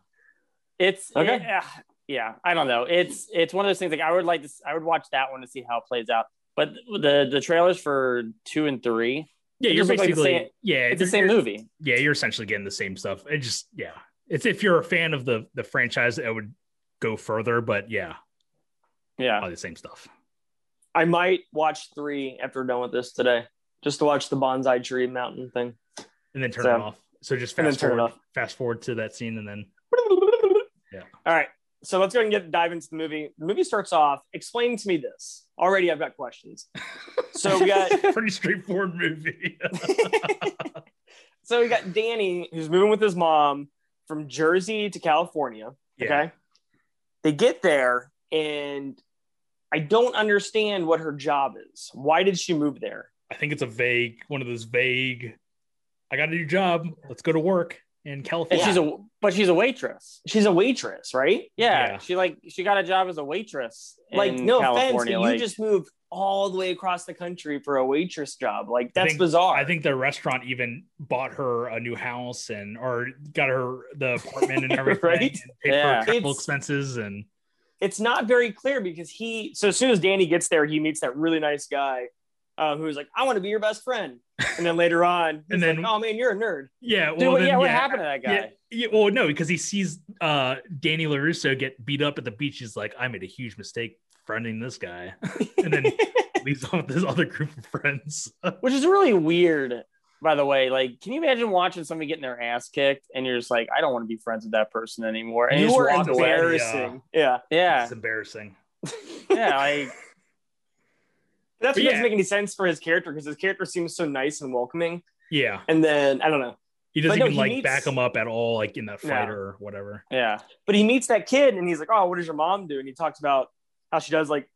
Speaker 3: it's
Speaker 1: Okay.
Speaker 3: it- yeah, yeah. I don't know. It's it's one of those things. Like I would like to. s- I would watch that one to see how it plays out. But the the trailers for two and three,
Speaker 2: Yeah,
Speaker 3: It
Speaker 2: you're
Speaker 3: just looks like the
Speaker 2: basically
Speaker 3: same-
Speaker 2: yeah,
Speaker 3: it's the
Speaker 2: you're-
Speaker 3: same movie.
Speaker 2: yeah, you're essentially getting the same stuff. It just yeah, it's if you're a fan of the the franchise, it would go further, but yeah,
Speaker 3: Yeah.
Speaker 2: all the same stuff.
Speaker 1: I might watch three after we're done with this today, just to watch the bonsai tree mountain thing.
Speaker 2: and then turn
Speaker 1: So-
Speaker 2: it off. So just
Speaker 1: and then
Speaker 2: fast
Speaker 1: turn it
Speaker 2: forward,
Speaker 1: off.
Speaker 2: fast forward to that scene, and then Yeah.
Speaker 1: All right. So let's go ahead and get dive into the movie. The movie starts off. Explain to me this. Already, I've got questions. So we got
Speaker 2: pretty straightforward movie.
Speaker 1: so we got Danny who's moving with his mom from Jersey to California.
Speaker 2: Yeah.
Speaker 1: Okay. They get there and I don't understand what her job is. Why did she move there?
Speaker 2: I think it's a vague one of those vague. I got a new job. Let's go to work in
Speaker 3: And
Speaker 2: California.
Speaker 3: she's a but she's a waitress.
Speaker 1: She's a waitress, right?
Speaker 3: Yeah,
Speaker 2: Yeah.
Speaker 3: she like she got a job as a waitress.
Speaker 1: Like,
Speaker 3: in
Speaker 1: no offense,
Speaker 3: California.
Speaker 1: but
Speaker 3: like,
Speaker 1: you just moved all the way across the country for a waitress job. Like that's
Speaker 2: think-
Speaker 1: bizarre.
Speaker 2: I think the restaurant even bought her a new house and or got her the apartment and everything,
Speaker 1: Right?
Speaker 2: and paid
Speaker 3: Yeah.
Speaker 2: for travel
Speaker 1: It's-
Speaker 2: expenses and
Speaker 1: it's not very clear because he so as soon as Danny gets there, he meets that really nice guy uh, who's like, I want to be your best friend. And then later on, he's
Speaker 2: And then-
Speaker 1: like, Oh man, you're a nerd.
Speaker 2: yeah.
Speaker 3: dude,
Speaker 2: well,
Speaker 3: what-
Speaker 2: then,
Speaker 3: yeah, what
Speaker 2: yeah,
Speaker 3: happened to that guy?
Speaker 2: Yeah, yeah, well, no, because he sees uh, Danny Larusso get beat up at the beach. He's like, I made a huge mistake friending this guy, and then leaves off this other group of friends.
Speaker 3: Which is really weird, by the way. Like, can you imagine watching somebody getting their ass kicked and you're just like, I don't want to be friends with that person anymore. And you,
Speaker 1: you
Speaker 3: just
Speaker 1: are
Speaker 3: walk away.
Speaker 1: embarrassing. Yeah.
Speaker 3: Yeah.
Speaker 2: It's embarrassing.
Speaker 3: Yeah. Like,
Speaker 1: That's
Speaker 2: But
Speaker 1: what
Speaker 2: yeah.
Speaker 1: doesn't make any sense for his character because his character seems so nice and welcoming.
Speaker 2: Yeah,
Speaker 1: And then I don't know.
Speaker 2: he doesn't
Speaker 1: But no,
Speaker 2: even
Speaker 1: he
Speaker 2: like
Speaker 1: needs-
Speaker 2: back him up at all, like in that
Speaker 1: No.
Speaker 2: fight or whatever.
Speaker 3: yeah.
Speaker 1: But he meets that kid and he's like, Oh, what does your mom do? And he talks about how she does like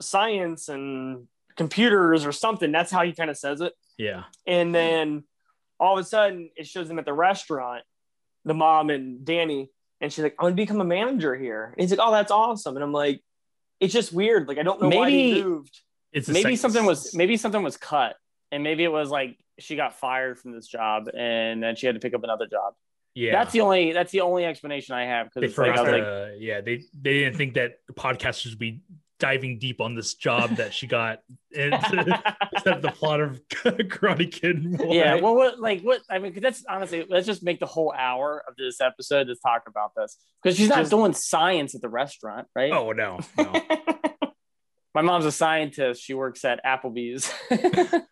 Speaker 1: science and computers or something. That's how he kind of says it.
Speaker 2: Yeah,
Speaker 1: And then all of a sudden it shows them at the restaurant, the mom and Danny, and she's like, I'm gonna become a manager here. And he's like, Oh, that's awesome. And I'm like, it's just weird. Like, I don't know why he
Speaker 3: Maybe-
Speaker 1: moved.
Speaker 2: it's a
Speaker 3: Maybe
Speaker 2: sex-
Speaker 3: something was maybe something was cut. And maybe it was like she got fired from this job and then she had to pick up another job.
Speaker 2: Yeah,
Speaker 3: That's the only that's the only explanation I have
Speaker 2: they
Speaker 3: because it's like, I
Speaker 2: forgot
Speaker 3: was like,
Speaker 2: to- yeah they they didn't think that podcasters would be diving deep on this job that she got and instead of the plot of karate kid
Speaker 3: yeah,
Speaker 2: One.
Speaker 3: well, what, like, what? I mean, 'cause that's honestly, let's just make the whole hour of this episode to talk about this because she's not
Speaker 1: Just-
Speaker 3: doing science at the restaurant, right?
Speaker 2: oh no, no.
Speaker 3: My mom's a scientist. She works at Applebee's.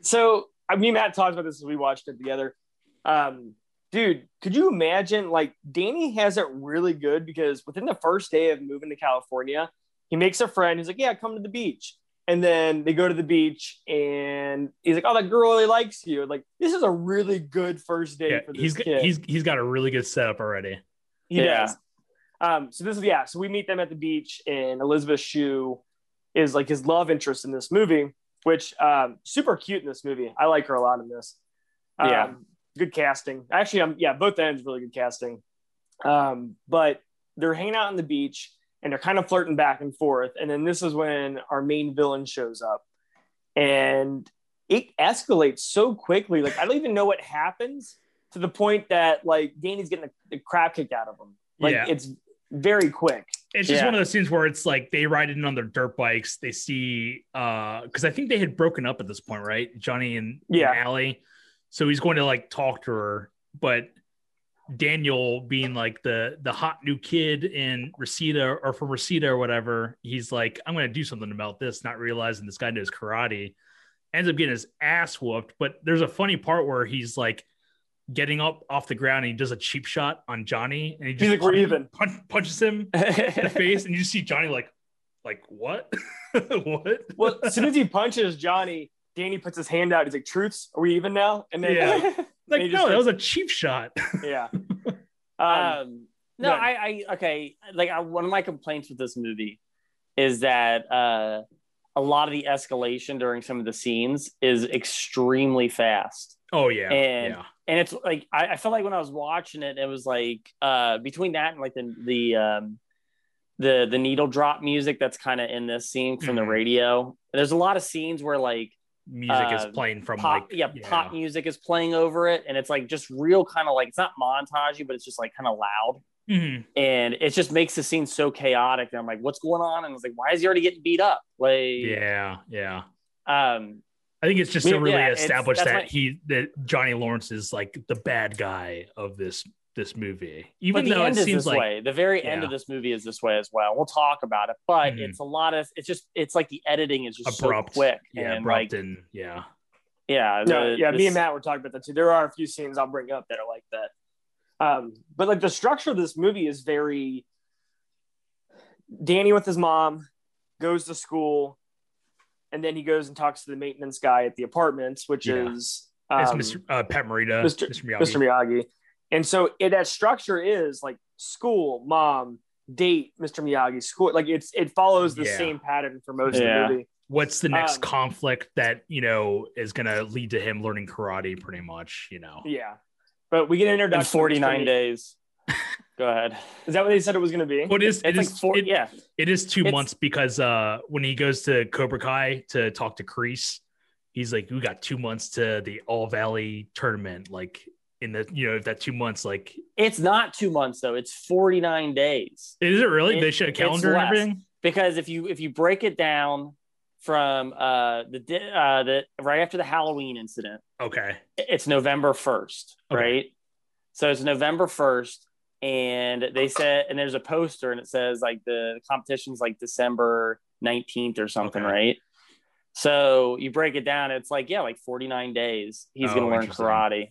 Speaker 1: So I mean, Matt talked about this as we watched it together. Um, dude, could you imagine? Like, Danny has it really good because within the first day of moving to California, he makes a friend who's like, "Yeah, come to the beach." And then they go to the beach, and he's like, "Oh, that girl really likes you." Like, this is a really good first date
Speaker 2: yeah,
Speaker 1: for this
Speaker 2: he's
Speaker 1: kid.
Speaker 2: he's he's got a really good setup already
Speaker 1: He
Speaker 3: Yeah.
Speaker 1: does. Um, so this is yeah. So we meet them at the beach, and Elizabeth Shue is like his love interest in this movie, which um, super cute in this movie. I like her a lot in this. Um,
Speaker 3: Yeah.
Speaker 1: good casting. Actually, I'm yeah, both ends really good casting. Um, but they're hanging out on the beach and they're kind of flirting back and forth, and then this is when our main villain shows up, and it escalates so quickly. Like I don't even know what happens to the point that like Danny's getting the, the crap kicked out of him. Like
Speaker 2: Yeah.
Speaker 1: it's very quick.
Speaker 2: it's just
Speaker 3: Yeah.
Speaker 2: one of those scenes where it's like they ride in on their dirt bikes they see uh because i think they had broken up at this point right johnny and
Speaker 1: Yeah.
Speaker 2: and Allie. so he's going to like talk to her but daniel being like the the hot new kid in reseda or from reseda or whatever he's like i'm going to do something about this not realizing this guy knows karate ends up getting his ass whooped but there's a funny part where he's like getting up off the ground and he does a cheap shot on johnny and he just
Speaker 1: like, "We're
Speaker 2: punch-
Speaker 1: even."
Speaker 2: punch- punches him in the face, and you see Johnny like, like what, what?
Speaker 1: Well, as soon as he punches Johnny, Danny puts his hand out. He's like, "Truths, are we even now?" And then
Speaker 2: Yeah.
Speaker 1: and he
Speaker 2: like
Speaker 1: just
Speaker 2: no, that
Speaker 1: goes-
Speaker 2: was a cheap shot.
Speaker 1: yeah. Um,
Speaker 3: um, no,
Speaker 1: go
Speaker 3: I, I, okay. Like, I, one of my complaints with this movie is that uh, a lot of the escalation during some of the scenes is extremely fast.
Speaker 2: Oh yeah,
Speaker 3: And-
Speaker 2: yeah.
Speaker 3: and it's like I, I felt like when I was watching it, it was like uh, between that and like the the um, the the needle drop music that's kind of in this scene from the
Speaker 2: Mhm.
Speaker 3: radio. There's a lot of scenes where like
Speaker 2: Music is
Speaker 3: uh,
Speaker 2: playing from
Speaker 3: pop,
Speaker 2: like
Speaker 3: yeah, pop music is playing over it, and it's like just real kind of like it's not montagey, but it's just like kind of loud,
Speaker 2: Mhm.
Speaker 3: and it just makes the scene so chaotic. And I'm like, what's going on? And I was like, why is he already getting beat up? Like,
Speaker 2: Yeah, yeah.
Speaker 3: um,
Speaker 2: I think it's just
Speaker 3: Yeah,
Speaker 2: to really
Speaker 3: yeah, it's-
Speaker 2: establish
Speaker 3: that's
Speaker 2: that
Speaker 3: my-
Speaker 2: he that Johnny Lawrence is like the bad guy of this this movie, even
Speaker 3: but the
Speaker 2: though it
Speaker 3: end is
Speaker 2: seems
Speaker 3: this
Speaker 2: like
Speaker 3: way. The very end
Speaker 2: Yeah.
Speaker 3: of this movie is this way as well. We'll talk about it, but
Speaker 2: Mhm.
Speaker 3: it's a lot of it's just it's like the editing is just
Speaker 2: abrupt,
Speaker 3: so quick
Speaker 2: yeah,
Speaker 3: and
Speaker 2: abrupt,
Speaker 3: like
Speaker 2: and yeah,
Speaker 3: yeah,
Speaker 1: No,
Speaker 3: the-
Speaker 1: yeah, me
Speaker 3: this-
Speaker 1: and Matt were talking about that too. There are a few scenes I'll bring up that are like that. Um, but like the structure of this movie is very Danny with his mom goes to school and then he goes and talks to the maintenance guy at the apartments, which
Speaker 2: Yeah.
Speaker 1: is
Speaker 2: it's
Speaker 1: um,
Speaker 2: Mr. Uh, Pat Morita, Mr.
Speaker 1: Mr.
Speaker 2: Miyagi.
Speaker 1: Mr. Miyagi. And so it, that structure is like school, mom, date, Mr. Miyagi, school. Like it's it follows the
Speaker 2: Yeah.
Speaker 1: same pattern for most
Speaker 3: Yeah.
Speaker 1: of the movie.
Speaker 2: What's the next
Speaker 1: Um,
Speaker 2: conflict that you know is going to lead to him learning karate? Pretty much, you know.
Speaker 1: Yeah. But we get an
Speaker 3: in
Speaker 1: introduction. to Mr.
Speaker 3: 49
Speaker 1: Mi-
Speaker 3: days. Go ahead.
Speaker 1: Is that what they said it was going to be?
Speaker 2: What is
Speaker 3: It's
Speaker 2: it
Speaker 3: like
Speaker 2: is-
Speaker 3: four.
Speaker 2: it-
Speaker 3: yeah,
Speaker 2: It is two
Speaker 3: It's-
Speaker 2: months because uh when he goes to Cobra Kai to talk to Crease, he's like, We got two months to the All Valley tournament. Like in the you know, that two months, like
Speaker 3: it's not two months though. It's 49 days
Speaker 2: is it really?
Speaker 3: It-
Speaker 2: they show a
Speaker 3: it's
Speaker 2: calendar and
Speaker 3: less.
Speaker 2: everything?
Speaker 3: because if you if you break it down from uh the di- uh the right after the Halloween incident,
Speaker 2: Okay.
Speaker 3: it's November 1st,
Speaker 2: Okay.
Speaker 3: right? So it's November 1st. And they said, and there's a poster and it says like the competition's like December 19th or something,
Speaker 2: Okay.
Speaker 3: right? So you break it down, it's like, yeah, like 49 days he's
Speaker 2: Oh,
Speaker 3: going to learn
Speaker 2: interesting.
Speaker 3: karate.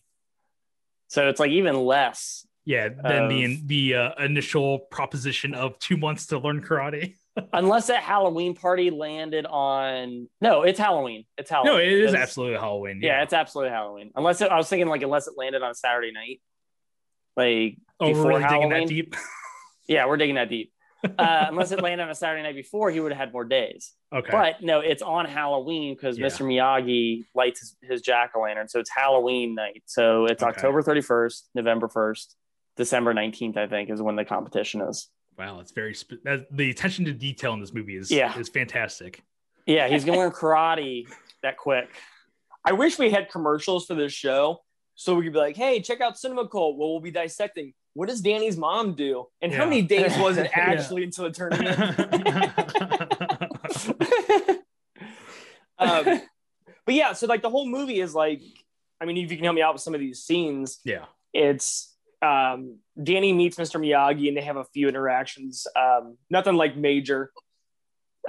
Speaker 3: So it's like even less.
Speaker 2: Yeah, then the
Speaker 3: Of-
Speaker 2: the uh, initial proposition of two months to learn karate.
Speaker 3: Unless that Halloween party landed on, no, it's Halloween. It's Halloween.
Speaker 2: No, it is
Speaker 3: It's-
Speaker 2: absolutely Halloween.
Speaker 3: Yeah, it's absolutely Halloween. Unless it, I was thinking like, unless it landed on Saturday night, like
Speaker 2: oh, we're
Speaker 3: before
Speaker 2: really digging
Speaker 3: Halloween.
Speaker 2: that deep.
Speaker 3: Yeah, we're digging that deep. Uh, unless it landed on a Saturday night before, he would have had more days.
Speaker 2: Okay.
Speaker 3: But no, it's on Halloween because
Speaker 2: Yeah.
Speaker 3: Mr. Miyagi lights his, his jack o' lantern. So it's Halloween night. So it's
Speaker 2: Okay.
Speaker 3: October 31st, November 1st, December 19th, I think, is when the competition is.
Speaker 2: wow, it's very sp- that, the attention to detail in this movie is
Speaker 3: Yeah.
Speaker 2: is fantastic.
Speaker 3: Yeah, he's going to learn karate that quick.
Speaker 1: I wish we had commercials for this show so we could be like, hey, check out Cinema Cult. Well, we'll be dissecting what does Danny's mom do? And
Speaker 2: Yeah.
Speaker 1: how many days was it
Speaker 3: Yeah.
Speaker 1: actually until the tournament?
Speaker 2: yeah,
Speaker 1: Um, but yeah, so like the whole movie is like, I mean, if you can help me out with some of these scenes, it's um, Danny meets Mr. Miyagi and they have a few interactions, um, nothing like major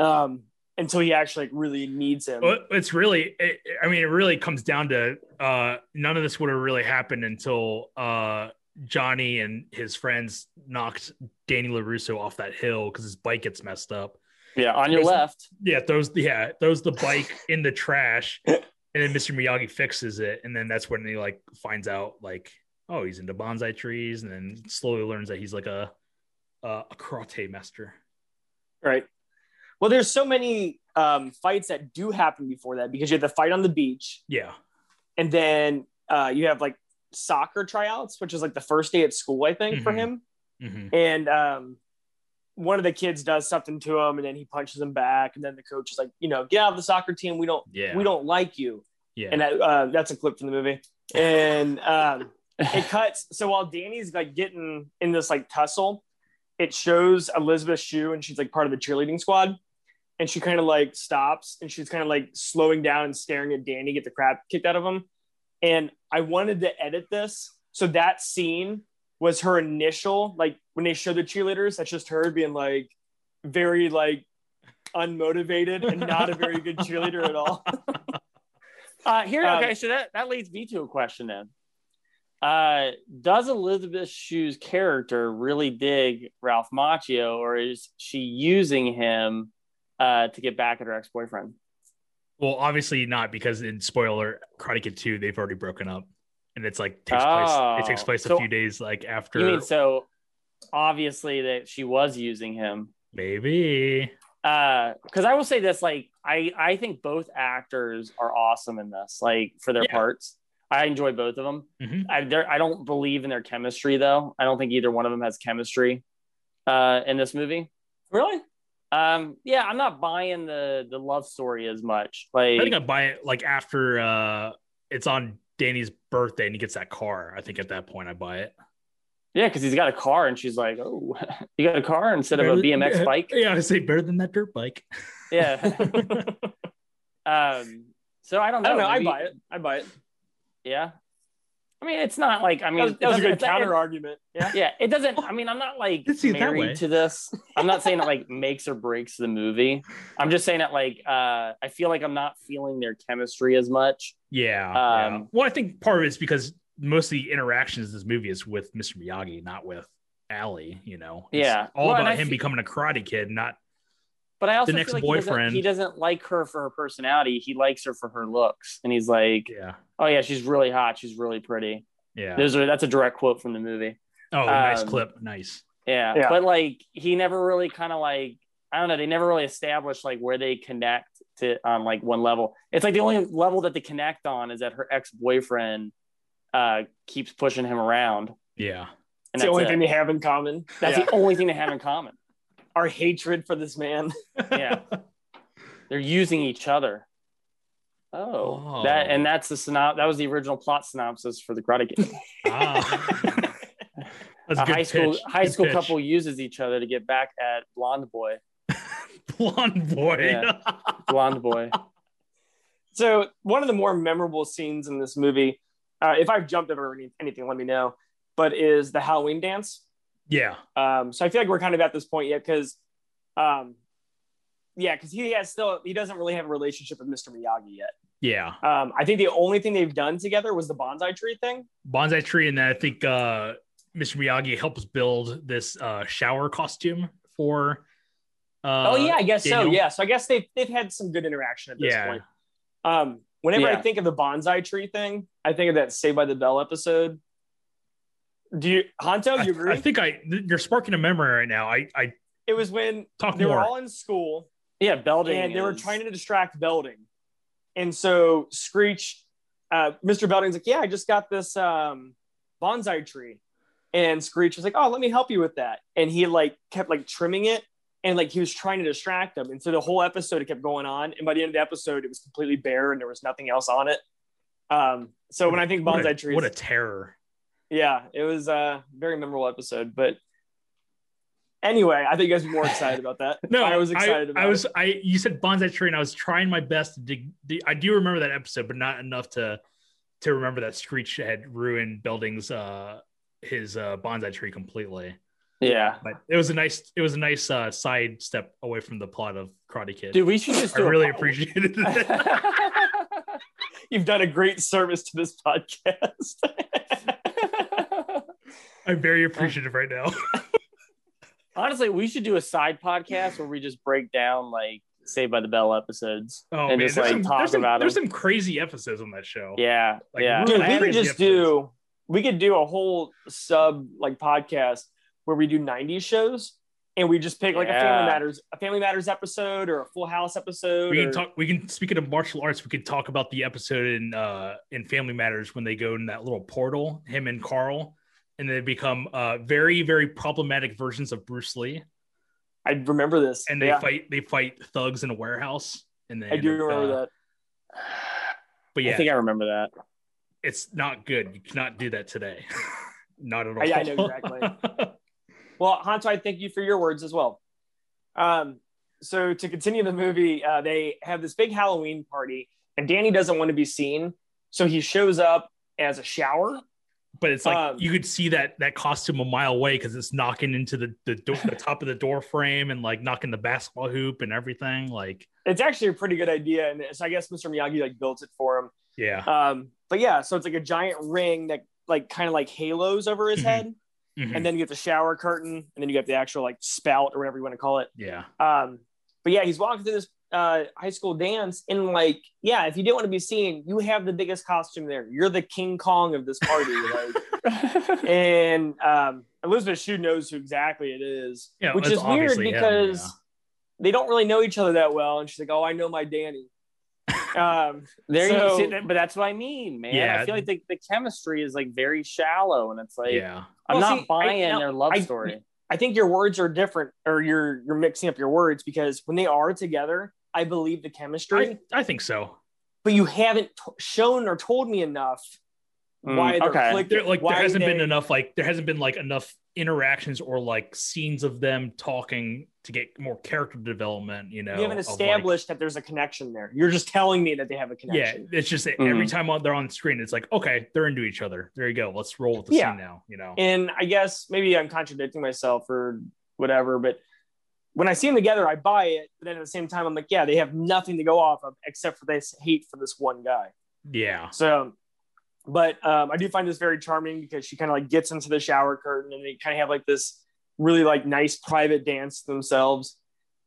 Speaker 1: um, until he actually really needs him.
Speaker 2: Well, it's really it, i mean it really comes down to uh none of this would have really happened until uh johnny and his friends knocked danny larusso off that hill because his bike gets messed up
Speaker 3: yeah, on your
Speaker 2: There's-
Speaker 3: left.
Speaker 2: yeah throws yeah throws the bike in the trash and then mr miyagi fixes it and then that's when he like finds out like oh he's into bonsai trees and then slowly learns that he's like a a karate master
Speaker 1: Right. Well, there's so many um, fights that do happen before that because you have the fight on the beach,
Speaker 2: yeah
Speaker 1: and then uh, you have like soccer tryouts, which is like the first day at school, I think, for
Speaker 2: Mhm.
Speaker 1: him.
Speaker 2: Mhm.
Speaker 1: And um, one of the kids does something to him, and then he punches him back, and then the coach is like, you know, get out of the soccer team. We don't,
Speaker 2: yeah
Speaker 1: we don't like you.
Speaker 2: yeah
Speaker 1: And that, uh, that's a clip from the movie. And um, it cuts. So while Danny's like getting in this like tussle, it shows Elizabeth Shue and she's like part of the cheerleading squad. And she kind of like stops and she's kind of like slowing down and staring at Danny, get the crap kicked out of him. And I wanted to edit this. So that scene was her initial, like when they show the cheerleaders, that's just her being like very like unmotivated and not a very good cheerleader at all.
Speaker 3: Uh, here,
Speaker 1: Um,
Speaker 3: okay, so that, that leads me to a question then. Uh, does Elizabeth Shue's character really dig Ralph Macchio, or is she using him uh, to get back at her ex boyfriend?
Speaker 2: Well, obviously not because in spoiler Karate Kid Two, they've already broken up, and it's like takes place.
Speaker 3: Oh.
Speaker 2: It takes place a
Speaker 3: So-
Speaker 2: few days like after.
Speaker 3: You mean so obviously that she was using him?
Speaker 2: maybe.
Speaker 3: Because Uh, I will say this, like I I think both actors are awesome in this, like for their
Speaker 2: Yeah.
Speaker 3: parts. I enjoy both of them.
Speaker 2: Mhm.
Speaker 1: Mm-hmm.
Speaker 3: I there I don't believe in their chemistry though. I don't think either one of them has chemistry uh, in this movie.
Speaker 1: really?
Speaker 3: Um, yeah, I'm not buying the the love story as much.
Speaker 2: I think I
Speaker 3: Like,
Speaker 2: buy it like after uh it's on Danny's birthday and he gets that car. I think at that point I buy it.
Speaker 3: yeah, because he's got a car, and she's like, "Oh, you got a car instead of a
Speaker 2: Better-
Speaker 3: BMX bike."
Speaker 2: Yeah, I say better than that dirt bike.
Speaker 3: Yeah. um, so I don't know.
Speaker 1: I don't know. I
Speaker 3: Oh, Maybe-
Speaker 1: buy it. I buy it.
Speaker 3: Yeah. I mean, it's not like I mean,
Speaker 1: That was,
Speaker 3: it
Speaker 1: that was a
Speaker 3: doesn't-
Speaker 1: good
Speaker 3: it's not-
Speaker 1: counter argument. Yeah.
Speaker 3: Yeah, it doesn't. I mean, I'm not like
Speaker 2: Didn't see it that way.
Speaker 3: married to this. I'm not saying it like makes or breaks the movie. I'm just saying it like uh, I feel like I'm not feeling their chemistry as much.
Speaker 2: Yeah, yeah.
Speaker 3: Um,
Speaker 2: Well, I think part of it's because most of the interactions in this movie is with Mr. Miyagi, not with Allie. You know, It's
Speaker 3: Yeah.
Speaker 2: all
Speaker 3: Well, and
Speaker 2: about
Speaker 3: I
Speaker 2: him
Speaker 3: fe-
Speaker 2: becoming a karate kid, not
Speaker 3: But I also
Speaker 2: next
Speaker 3: feel like
Speaker 2: boyfriend.
Speaker 3: He, doesn't, he doesn't like her for her personality. He likes her for her looks, and he's like,
Speaker 2: yeah,
Speaker 3: "Oh yeah, she's really hot. She's really pretty."
Speaker 2: yeah.
Speaker 3: Those are that's a direct quote from the movie.
Speaker 2: oh, nice
Speaker 3: um,
Speaker 2: clip, nice.
Speaker 3: Yeah,
Speaker 1: Yeah.
Speaker 3: but like he never really kind of like I don't know. They never really established like where they connect to on like one level. It's like the only level that they connect on is that her ex boyfriend uh, keeps pushing him around,
Speaker 2: Yeah,
Speaker 3: and
Speaker 1: It's the
Speaker 3: that's
Speaker 1: only
Speaker 3: it.
Speaker 1: thing they have in common.
Speaker 3: that's
Speaker 1: Yeah.
Speaker 3: the only thing they have in common.
Speaker 1: Our hatred for this man.
Speaker 3: Yeah, they're using each other. Oh,
Speaker 2: Oh.
Speaker 3: that and that's the synop. That was the original plot synopsis for the Karate Kid.
Speaker 2: Ah. That's
Speaker 3: a
Speaker 2: good
Speaker 3: high school
Speaker 2: pitch,
Speaker 3: high
Speaker 2: good
Speaker 3: school
Speaker 2: pitch.
Speaker 3: couple uses each other to get back at blonde boy
Speaker 2: blonde boy.
Speaker 3: Yeah. blonde boy
Speaker 1: So one of the more memorable scenes in this movie, uh, if I've jumped over any- anything, let me know. But is the Halloween dance.
Speaker 2: yeah,
Speaker 1: Um, so I feel like we're kind of at this point yet because, um, yeah, because he has still he doesn't really have a relationship with Mr. Miyagi yet.
Speaker 2: yeah.
Speaker 1: Um, I think the only thing they've done together was the bonsai tree thing.
Speaker 2: Bonsai tree, and then I think uh, Mr. Miyagi helps build this uh, shower costume for. Uh,
Speaker 1: oh yeah, I guess so.
Speaker 2: Daniel?
Speaker 1: Yeah, so I guess they've they've had some good interaction at this
Speaker 2: Yeah.
Speaker 1: point. Um, whenever I
Speaker 3: Yeah.
Speaker 1: think of the bonsai tree thing, I think of that Saved by the Bell episode. Do you, Honto? Do
Speaker 2: I,
Speaker 1: Oh, you agree?
Speaker 2: I think I you're sparking a memory right now. I I
Speaker 1: it was when
Speaker 2: talk
Speaker 1: they were
Speaker 2: more.
Speaker 1: all in school
Speaker 3: yeah belding
Speaker 1: and they were
Speaker 3: is-
Speaker 1: trying to distract Belding. And so Screech, uh, Mr. Belding's like, Yeah, I just got this um, bonsai tree. And Screech was like, Oh, let me help you with that. And he like kept like trimming it and like he was trying to distract them. And so the whole episode it kept going on. And by the end of the episode, it was completely bare and there was nothing else on it. Um, so when I think
Speaker 2: what a-
Speaker 1: bonsai trees,
Speaker 2: what a terror.
Speaker 1: yeah, it was a very memorable episode. But anyway, I think you guys were more excited about that.
Speaker 2: No,
Speaker 1: I was excited
Speaker 2: I,
Speaker 1: about
Speaker 2: I
Speaker 1: it.
Speaker 2: was. I you said bonsai tree, and I was trying my best to dig. dig- I do remember that episode, but not enough to to remember that Screech had ruined Building's uh his uh bonsai tree completely.
Speaker 3: yeah
Speaker 2: But it was a nice. It was a nice uh side step away from the plot of Karate Kid.
Speaker 3: dude we should just
Speaker 2: I
Speaker 3: do a-
Speaker 2: really appreciated it.
Speaker 1: You've done a great service to this podcast.
Speaker 2: I'm very appreciative right now.
Speaker 3: honestly we should do a side podcast where we just break down like Saved by the Bell episodes
Speaker 2: Oh
Speaker 3: and
Speaker 2: man,
Speaker 3: just
Speaker 2: there's
Speaker 3: like
Speaker 2: some,
Speaker 3: talk
Speaker 2: there's some-
Speaker 3: about
Speaker 2: there's
Speaker 3: them.
Speaker 2: some crazy episodes on that show.
Speaker 3: Yeah,
Speaker 2: Like,
Speaker 3: yeah.
Speaker 2: really-
Speaker 1: Dude,
Speaker 2: I
Speaker 1: we
Speaker 2: haven't
Speaker 1: could just
Speaker 2: yet for this.
Speaker 1: do we could do a whole sub like podcast where we do 90s shows and we just pick like a
Speaker 3: Yeah.
Speaker 1: Family Matters a Family Matters episode or a Full House episode.
Speaker 2: We can
Speaker 1: or-
Speaker 2: talk. We can speaking of martial arts. We could talk about the episode in uh in Family Matters when they go in that little portal. Him and Carl, and they become uh very very problematic versions of Bruce Lee,
Speaker 1: I remember this.
Speaker 2: and they
Speaker 1: Yeah,
Speaker 2: fight they fight thugs in a warehouse. And they
Speaker 1: I
Speaker 2: end
Speaker 1: do
Speaker 2: up,
Speaker 1: remember
Speaker 2: uh,
Speaker 1: that.
Speaker 2: But
Speaker 3: I
Speaker 2: yeah,
Speaker 3: think I remember that.
Speaker 2: it's not good. You cannot do that today. not at all.
Speaker 1: I- I know exactly. Well, Hanto, I thank you for your words as well. Um, so to continue the movie, uh, they have this big Halloween party, and Danny doesn't want to be seen, so he shows up as a shower.
Speaker 2: but it's like
Speaker 1: Um,
Speaker 2: you could see that that costume a mile away because it's knocking into the the, do- the top of the door frame and like knocking the basketball hoop and everything. Like
Speaker 1: It's actually a pretty good idea, and so I guess Mr. Miyagi like built it for him.
Speaker 2: yeah,
Speaker 1: Um, but yeah, so it's like a giant ring that like kind of like halos over his
Speaker 2: Mhm.
Speaker 1: head,
Speaker 2: Mhm.
Speaker 1: and then you get the shower curtain, and then you get the actual like spout or whatever you want to call it.
Speaker 2: yeah.
Speaker 1: Um, but yeah, he's walking through this uh, high school dance, and like, yeah, if you didn't want to be seen, you have the biggest costume there. You're the King Kong of this party. like, and um, Elizabeth Shue knows who exactly it is,
Speaker 2: Yeah,
Speaker 1: which
Speaker 2: it's
Speaker 1: is weird
Speaker 2: obviously him,
Speaker 1: because
Speaker 2: yeah.
Speaker 1: they don't really know each other that well. And she's like, "Oh, I know my Danny." um,
Speaker 3: There
Speaker 1: So-
Speaker 3: you see that, but that's what I mean, man.
Speaker 2: Yeah.
Speaker 3: I feel like the, the chemistry is like very shallow, and it's like
Speaker 2: yeah.
Speaker 3: I'm
Speaker 1: Well,
Speaker 3: not
Speaker 1: see, I-
Speaker 3: buying
Speaker 1: now,
Speaker 3: their love
Speaker 1: I-
Speaker 3: story.
Speaker 1: I think your words are different, or you're you're mixing up your words because when they are together, I believe the chemistry.
Speaker 2: I, I think so.
Speaker 1: but you haven't t- shown or told me enough why they're
Speaker 3: okay.
Speaker 1: clicking,
Speaker 2: Mm, There, like
Speaker 1: why
Speaker 2: there hasn't been
Speaker 1: they-
Speaker 2: enough like there hasn't been like enough interactions or like scenes of them talking to get more character development. You know,
Speaker 1: You haven't
Speaker 2: of, like-
Speaker 1: established that there's a connection there. You're just telling me that they have a
Speaker 2: yeah,
Speaker 1: connection.
Speaker 2: it's just that
Speaker 3: Mhm.
Speaker 2: every time they're on screen, it's like okay, they're into each other. There you go. Let's roll with the
Speaker 1: Yeah.
Speaker 2: scene now. You know,
Speaker 1: And I guess maybe I'm contradicting myself or whatever, but when I see them together, I buy it. But then at the same time, I'm like, yeah, they have nothing to go off of except for this hate for this one guy.
Speaker 2: yeah,
Speaker 1: So, but um, I do find this very charming because she kind of like gets into the shower curtain and they kind of have like this really like nice private dance themselves.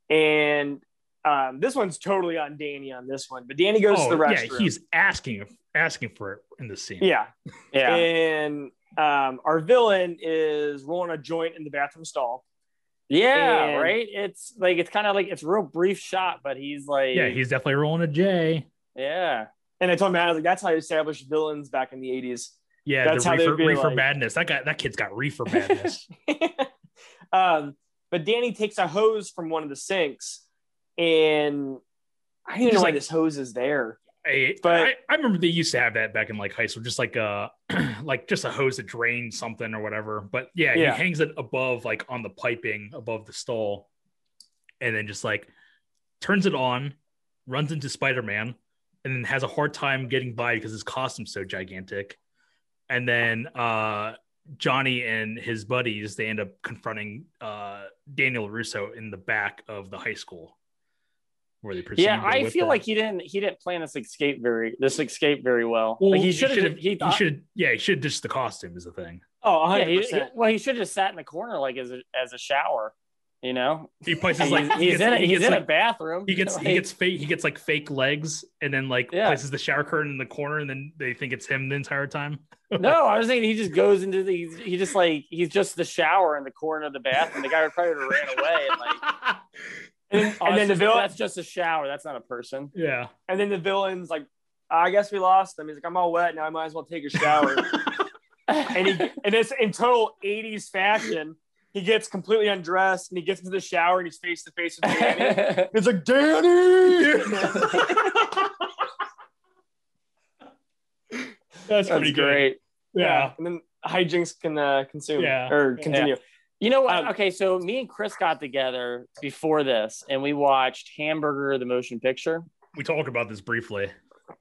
Speaker 1: And um, this one's totally on Danny on this one, but Danny goes
Speaker 2: Oh,
Speaker 1: to the
Speaker 2: yeah,
Speaker 1: restroom.
Speaker 2: he's asking asking for it in the scene.
Speaker 1: yeah.
Speaker 3: Yeah.
Speaker 1: And um, our villain is rolling a joint in the bathroom stall.
Speaker 3: yeah.
Speaker 1: and-
Speaker 3: right. It's like it's kind of like it's a real brief shot, but he's like
Speaker 2: yeah, he's definitely rolling a J.
Speaker 3: yeah.
Speaker 1: And I told Matt, I was like, that's how you established villains back in the 80s.
Speaker 2: Yeah,
Speaker 1: That's
Speaker 2: the
Speaker 1: how they'd
Speaker 2: reefer,
Speaker 1: be
Speaker 2: reefer
Speaker 1: like-
Speaker 2: madness. That guy, that kid's got reefer madness.
Speaker 1: um, but Danny takes a hose from one of the sinks, and I don't even know
Speaker 2: Just
Speaker 1: why
Speaker 2: like-
Speaker 1: this hose is there.
Speaker 2: I,
Speaker 1: But-
Speaker 2: I, I remember they used to have that back in like high school, just like uh like just a hose that drains something or whatever. But yeah,
Speaker 1: Yeah.
Speaker 2: he hangs it above like on the piping above the stall, and then just like turns it on, runs into Spider Man, and then has a hard time getting by because his costume's so gigantic. And then uh Johnny and his buddies they end up confronting uh Daniel Russo in the back of the high school. Where they proceed
Speaker 3: Yeah,
Speaker 2: to
Speaker 3: I
Speaker 2: whip
Speaker 3: feel
Speaker 2: them.
Speaker 3: like he didn't he didn't plan this escape very this escape very well.
Speaker 2: Well,
Speaker 3: like he should have he,
Speaker 2: He,
Speaker 3: thought-
Speaker 2: should. Yeah, he should ditch the costume. Is the thing.
Speaker 1: Oh,
Speaker 3: yeah,
Speaker 1: 100%.
Speaker 3: he- he- well he should have just sat in the corner like as a, as a shower, you know.
Speaker 2: He places
Speaker 3: He's,
Speaker 2: like he
Speaker 3: he's
Speaker 2: gets-
Speaker 3: in a,
Speaker 2: he
Speaker 3: he's
Speaker 2: gets,
Speaker 3: in a
Speaker 2: like,
Speaker 3: bathroom.
Speaker 2: he gets he
Speaker 3: Like,
Speaker 2: gets fake he gets like fake legs and then like
Speaker 3: Yeah.
Speaker 2: places the shower curtain in the corner and then they think it's him the entire time.
Speaker 3: No, I was saying he just goes into the he's- he just like he's just the shower in the corner of the bathroom. The guy would probably have ran away and like
Speaker 1: And, then-
Speaker 3: oh,
Speaker 1: and
Speaker 3: it's
Speaker 1: then the
Speaker 3: just-
Speaker 1: villain,
Speaker 3: that's just a shower. That's not a person.
Speaker 2: yeah.
Speaker 1: and then the villain's like, I guess we lost them. He's like, I'm all wet now. I might as well take a shower. and he, and it's in total 80s fashion. He gets completely undressed and he gets into the shower and he's face to face with Danny. It's like Danny.
Speaker 2: That's,
Speaker 3: That's
Speaker 2: pretty good.
Speaker 3: great.
Speaker 2: Yeah.
Speaker 1: And then hijinks can uh, consume
Speaker 2: Yeah.
Speaker 1: or continue.
Speaker 3: You know what?
Speaker 1: Um,
Speaker 3: okay, so me and Chris got together before this, and we watched Hamburger the motion picture.
Speaker 2: We talked about this briefly.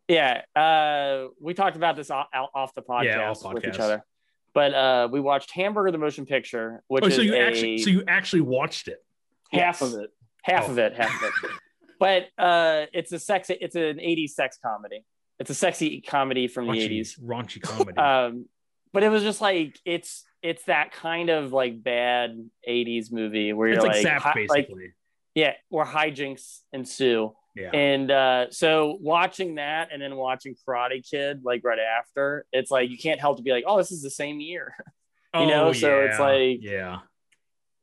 Speaker 3: Yeah, uh, we talked about this off, off the podcast,
Speaker 2: Yeah, off
Speaker 3: with
Speaker 2: podcast.
Speaker 3: each other. But uh, we watched Hamburger the motion picture, which
Speaker 2: oh,
Speaker 3: is
Speaker 2: so you
Speaker 3: a,
Speaker 2: actually so you actually watched it.
Speaker 1: Half
Speaker 3: Yes.
Speaker 1: of it.
Speaker 3: half
Speaker 2: Oh.
Speaker 3: of it, half of it. but uh, it's a sex. It's an '80s sex comedy. It's a sexy comedy from the
Speaker 2: Raunchy-
Speaker 3: '80s.
Speaker 2: Raunchy comedy.
Speaker 3: Um, but it was just like it's it's that kind of like bad '80s movie where
Speaker 2: it's
Speaker 3: you're
Speaker 2: like,
Speaker 3: like,
Speaker 2: Zapped
Speaker 3: hi- like
Speaker 2: basically.
Speaker 3: yeah, where hijinks ensue.
Speaker 2: yeah.
Speaker 3: And uh, so watching that and then watching Karate Kid like right after, it's like you can't help to be like, oh, this is the same year. you know, so it's like-
Speaker 2: Oh, yeah.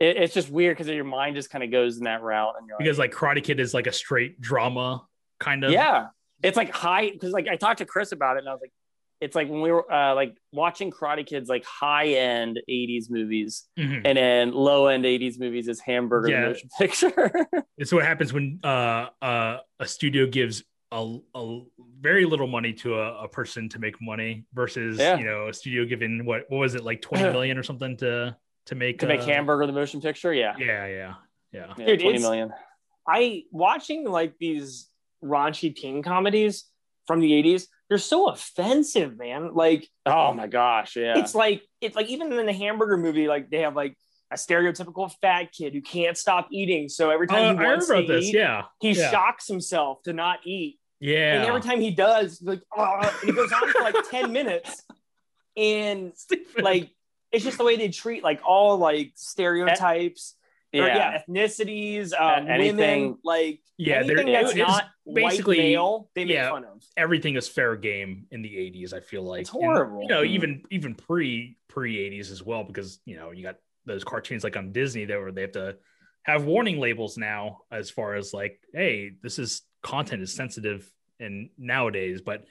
Speaker 3: It, it's just weird because your mind just kind of goes in that route, and you're like,
Speaker 2: because like Karate Kid is like a straight drama kind of.
Speaker 3: yeah, it's like high because like I talked to Chris about it, and I was like, it's like when we were uh, like watching Karate Kids like high end '80s movies,
Speaker 2: Mhm.
Speaker 3: and then low end '80s movies is Hamburger
Speaker 2: Yeah.
Speaker 3: the Motion Picture.
Speaker 2: It's what happens when uh, uh, a studio gives a, a very little money to a, a person to make money versus
Speaker 3: Yeah.
Speaker 2: you know a studio giving what what was it like twenty million or something to to make
Speaker 3: to make
Speaker 2: uh,
Speaker 3: Hamburger the Motion Picture, yeah,
Speaker 2: Yeah, yeah, yeah.
Speaker 3: yeah
Speaker 1: Dude,
Speaker 3: twenty
Speaker 1: it's-
Speaker 3: million.
Speaker 1: I watching like these raunchy teen comedies from the 80s, they're so offensive, man. Like
Speaker 3: Oh my gosh, yeah,
Speaker 1: it's like it's like even in the hamburger movie, like they have like a stereotypical fat kid who can't stop eating. So every
Speaker 2: Oh, I
Speaker 1: time he
Speaker 2: remember
Speaker 1: wants to
Speaker 2: about this.
Speaker 1: eat,
Speaker 2: Yeah,
Speaker 1: he
Speaker 2: yeah.
Speaker 1: shocks himself to not eat.
Speaker 2: yeah.
Speaker 1: And every time he does, like "Ugh," and it goes on for like 10 minutes. And
Speaker 2: Stupid.
Speaker 1: like it's just the way they treat like all
Speaker 2: Eh.
Speaker 1: like stereotypes.
Speaker 3: yeah.
Speaker 1: or, yeah, ethnicities, um,
Speaker 3: Uh, anything-
Speaker 1: women, like
Speaker 2: yeah, there-
Speaker 1: anything that's
Speaker 2: it's-
Speaker 1: not
Speaker 2: basically-
Speaker 1: white male, they make
Speaker 2: yeah.
Speaker 1: fun of.
Speaker 2: everything is fair game in the 80s i feel like
Speaker 1: It's horrible.
Speaker 2: and, you know
Speaker 3: Mhm.
Speaker 2: even even pre pre 80s as well because you know you got those cartoons like on disney that were they have to have warning labels now as far as like hey this is content is sensitive and nowadays but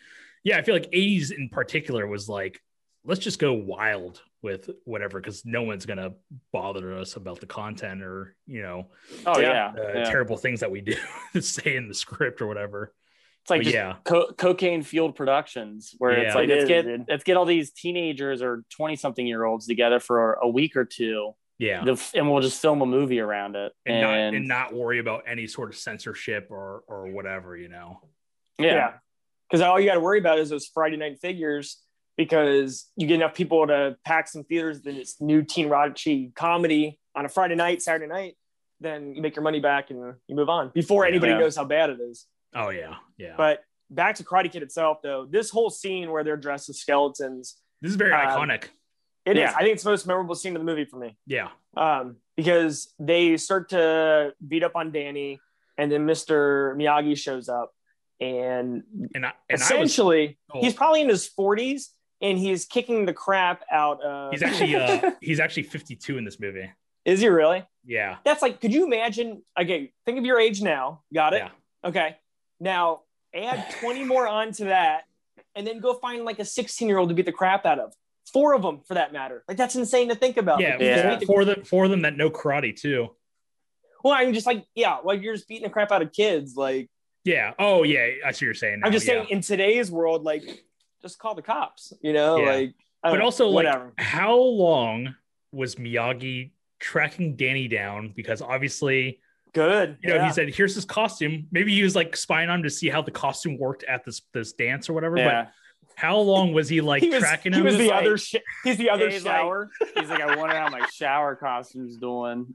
Speaker 2: yeah i feel like 80s in particular was like let's just go wild with whatever because no one's gonna bother us about the content or you know
Speaker 3: Oh
Speaker 1: Yeah.
Speaker 3: yeah,
Speaker 2: uh,
Speaker 3: yeah.
Speaker 2: terrible things that we do say in the script or whatever
Speaker 3: It's like
Speaker 2: But
Speaker 3: just
Speaker 2: oh, yeah,
Speaker 3: co- cocaine fueled productions where
Speaker 2: Yeah.
Speaker 3: it's like
Speaker 1: It
Speaker 3: let's
Speaker 1: is,
Speaker 3: get
Speaker 1: dude.
Speaker 3: let's get all these teenagers or 20 something year olds together for a week or two
Speaker 2: yeah,
Speaker 3: the f- and we'll just film a movie around it
Speaker 2: and
Speaker 3: and,
Speaker 2: not and not worry about any sort of censorship or or whatever, you know.
Speaker 3: yeah,
Speaker 1: Because all you got to worry about is those Friday night figures because you get enough people to pack some theaters, then it's new teen raunchy comedy on a Friday night, Saturday night, then you make your money back and you move on before anybody
Speaker 3: Yeah.
Speaker 1: knows how bad it is.
Speaker 2: Oh yeah, yeah.
Speaker 1: But back to Karate Kid itself, though, this whole scene where they're dressed as skeletons,
Speaker 2: this is very
Speaker 1: um,
Speaker 2: iconic.
Speaker 1: it is.
Speaker 3: Yeah.
Speaker 1: I think it's the most memorable scene of the movie for me.
Speaker 2: Yeah,
Speaker 1: um, because they start to beat up on Danny, and then Mr. Miyagi shows up, and,
Speaker 2: and I and I was
Speaker 1: essentially
Speaker 2: oh,
Speaker 1: he's probably in his forties, and he's kicking the crap out of.
Speaker 2: he's actually uh he's actually 52 in this movie.
Speaker 1: is he really?
Speaker 2: Yeah,
Speaker 1: That's like, could you imagine? Okay, think of your age now. Got it.
Speaker 2: yeah.
Speaker 1: Okay, now add twenty more onto that, and then go find like a sixteen-year-old to beat the crap out of. Four of them, for that matter. Like that's insane to think about.
Speaker 2: Yeah,
Speaker 1: Like, you just
Speaker 3: Yeah.
Speaker 1: beat the
Speaker 2: for them for them that know karate too.
Speaker 1: Well, I'm just like, yeah, like you're just beating the crap out of kids. Like,
Speaker 2: Yeah. Oh yeah, I see what you're saying.
Speaker 1: I'm
Speaker 2: now,
Speaker 1: just
Speaker 2: yeah.
Speaker 1: saying in today's world, like, just call the cops, you know?
Speaker 2: Yeah.
Speaker 1: Like, I don't
Speaker 2: But
Speaker 1: know,
Speaker 2: also, like,
Speaker 1: whatever.
Speaker 2: how long was Miyagi tracking Danny down? Because obviously,
Speaker 1: good.
Speaker 2: you know,
Speaker 1: yeah.
Speaker 2: he said, "Here's his costume." Maybe he was like spying on him to see how the costume worked at this this dance or whatever.
Speaker 3: yeah.
Speaker 2: But how long was he like
Speaker 1: he was,
Speaker 2: tracking
Speaker 1: he
Speaker 2: him?
Speaker 1: was the
Speaker 3: like-
Speaker 1: other, sh- he's the other
Speaker 3: he's like-
Speaker 1: shower.
Speaker 3: he's like i wonder how my shower costume's doing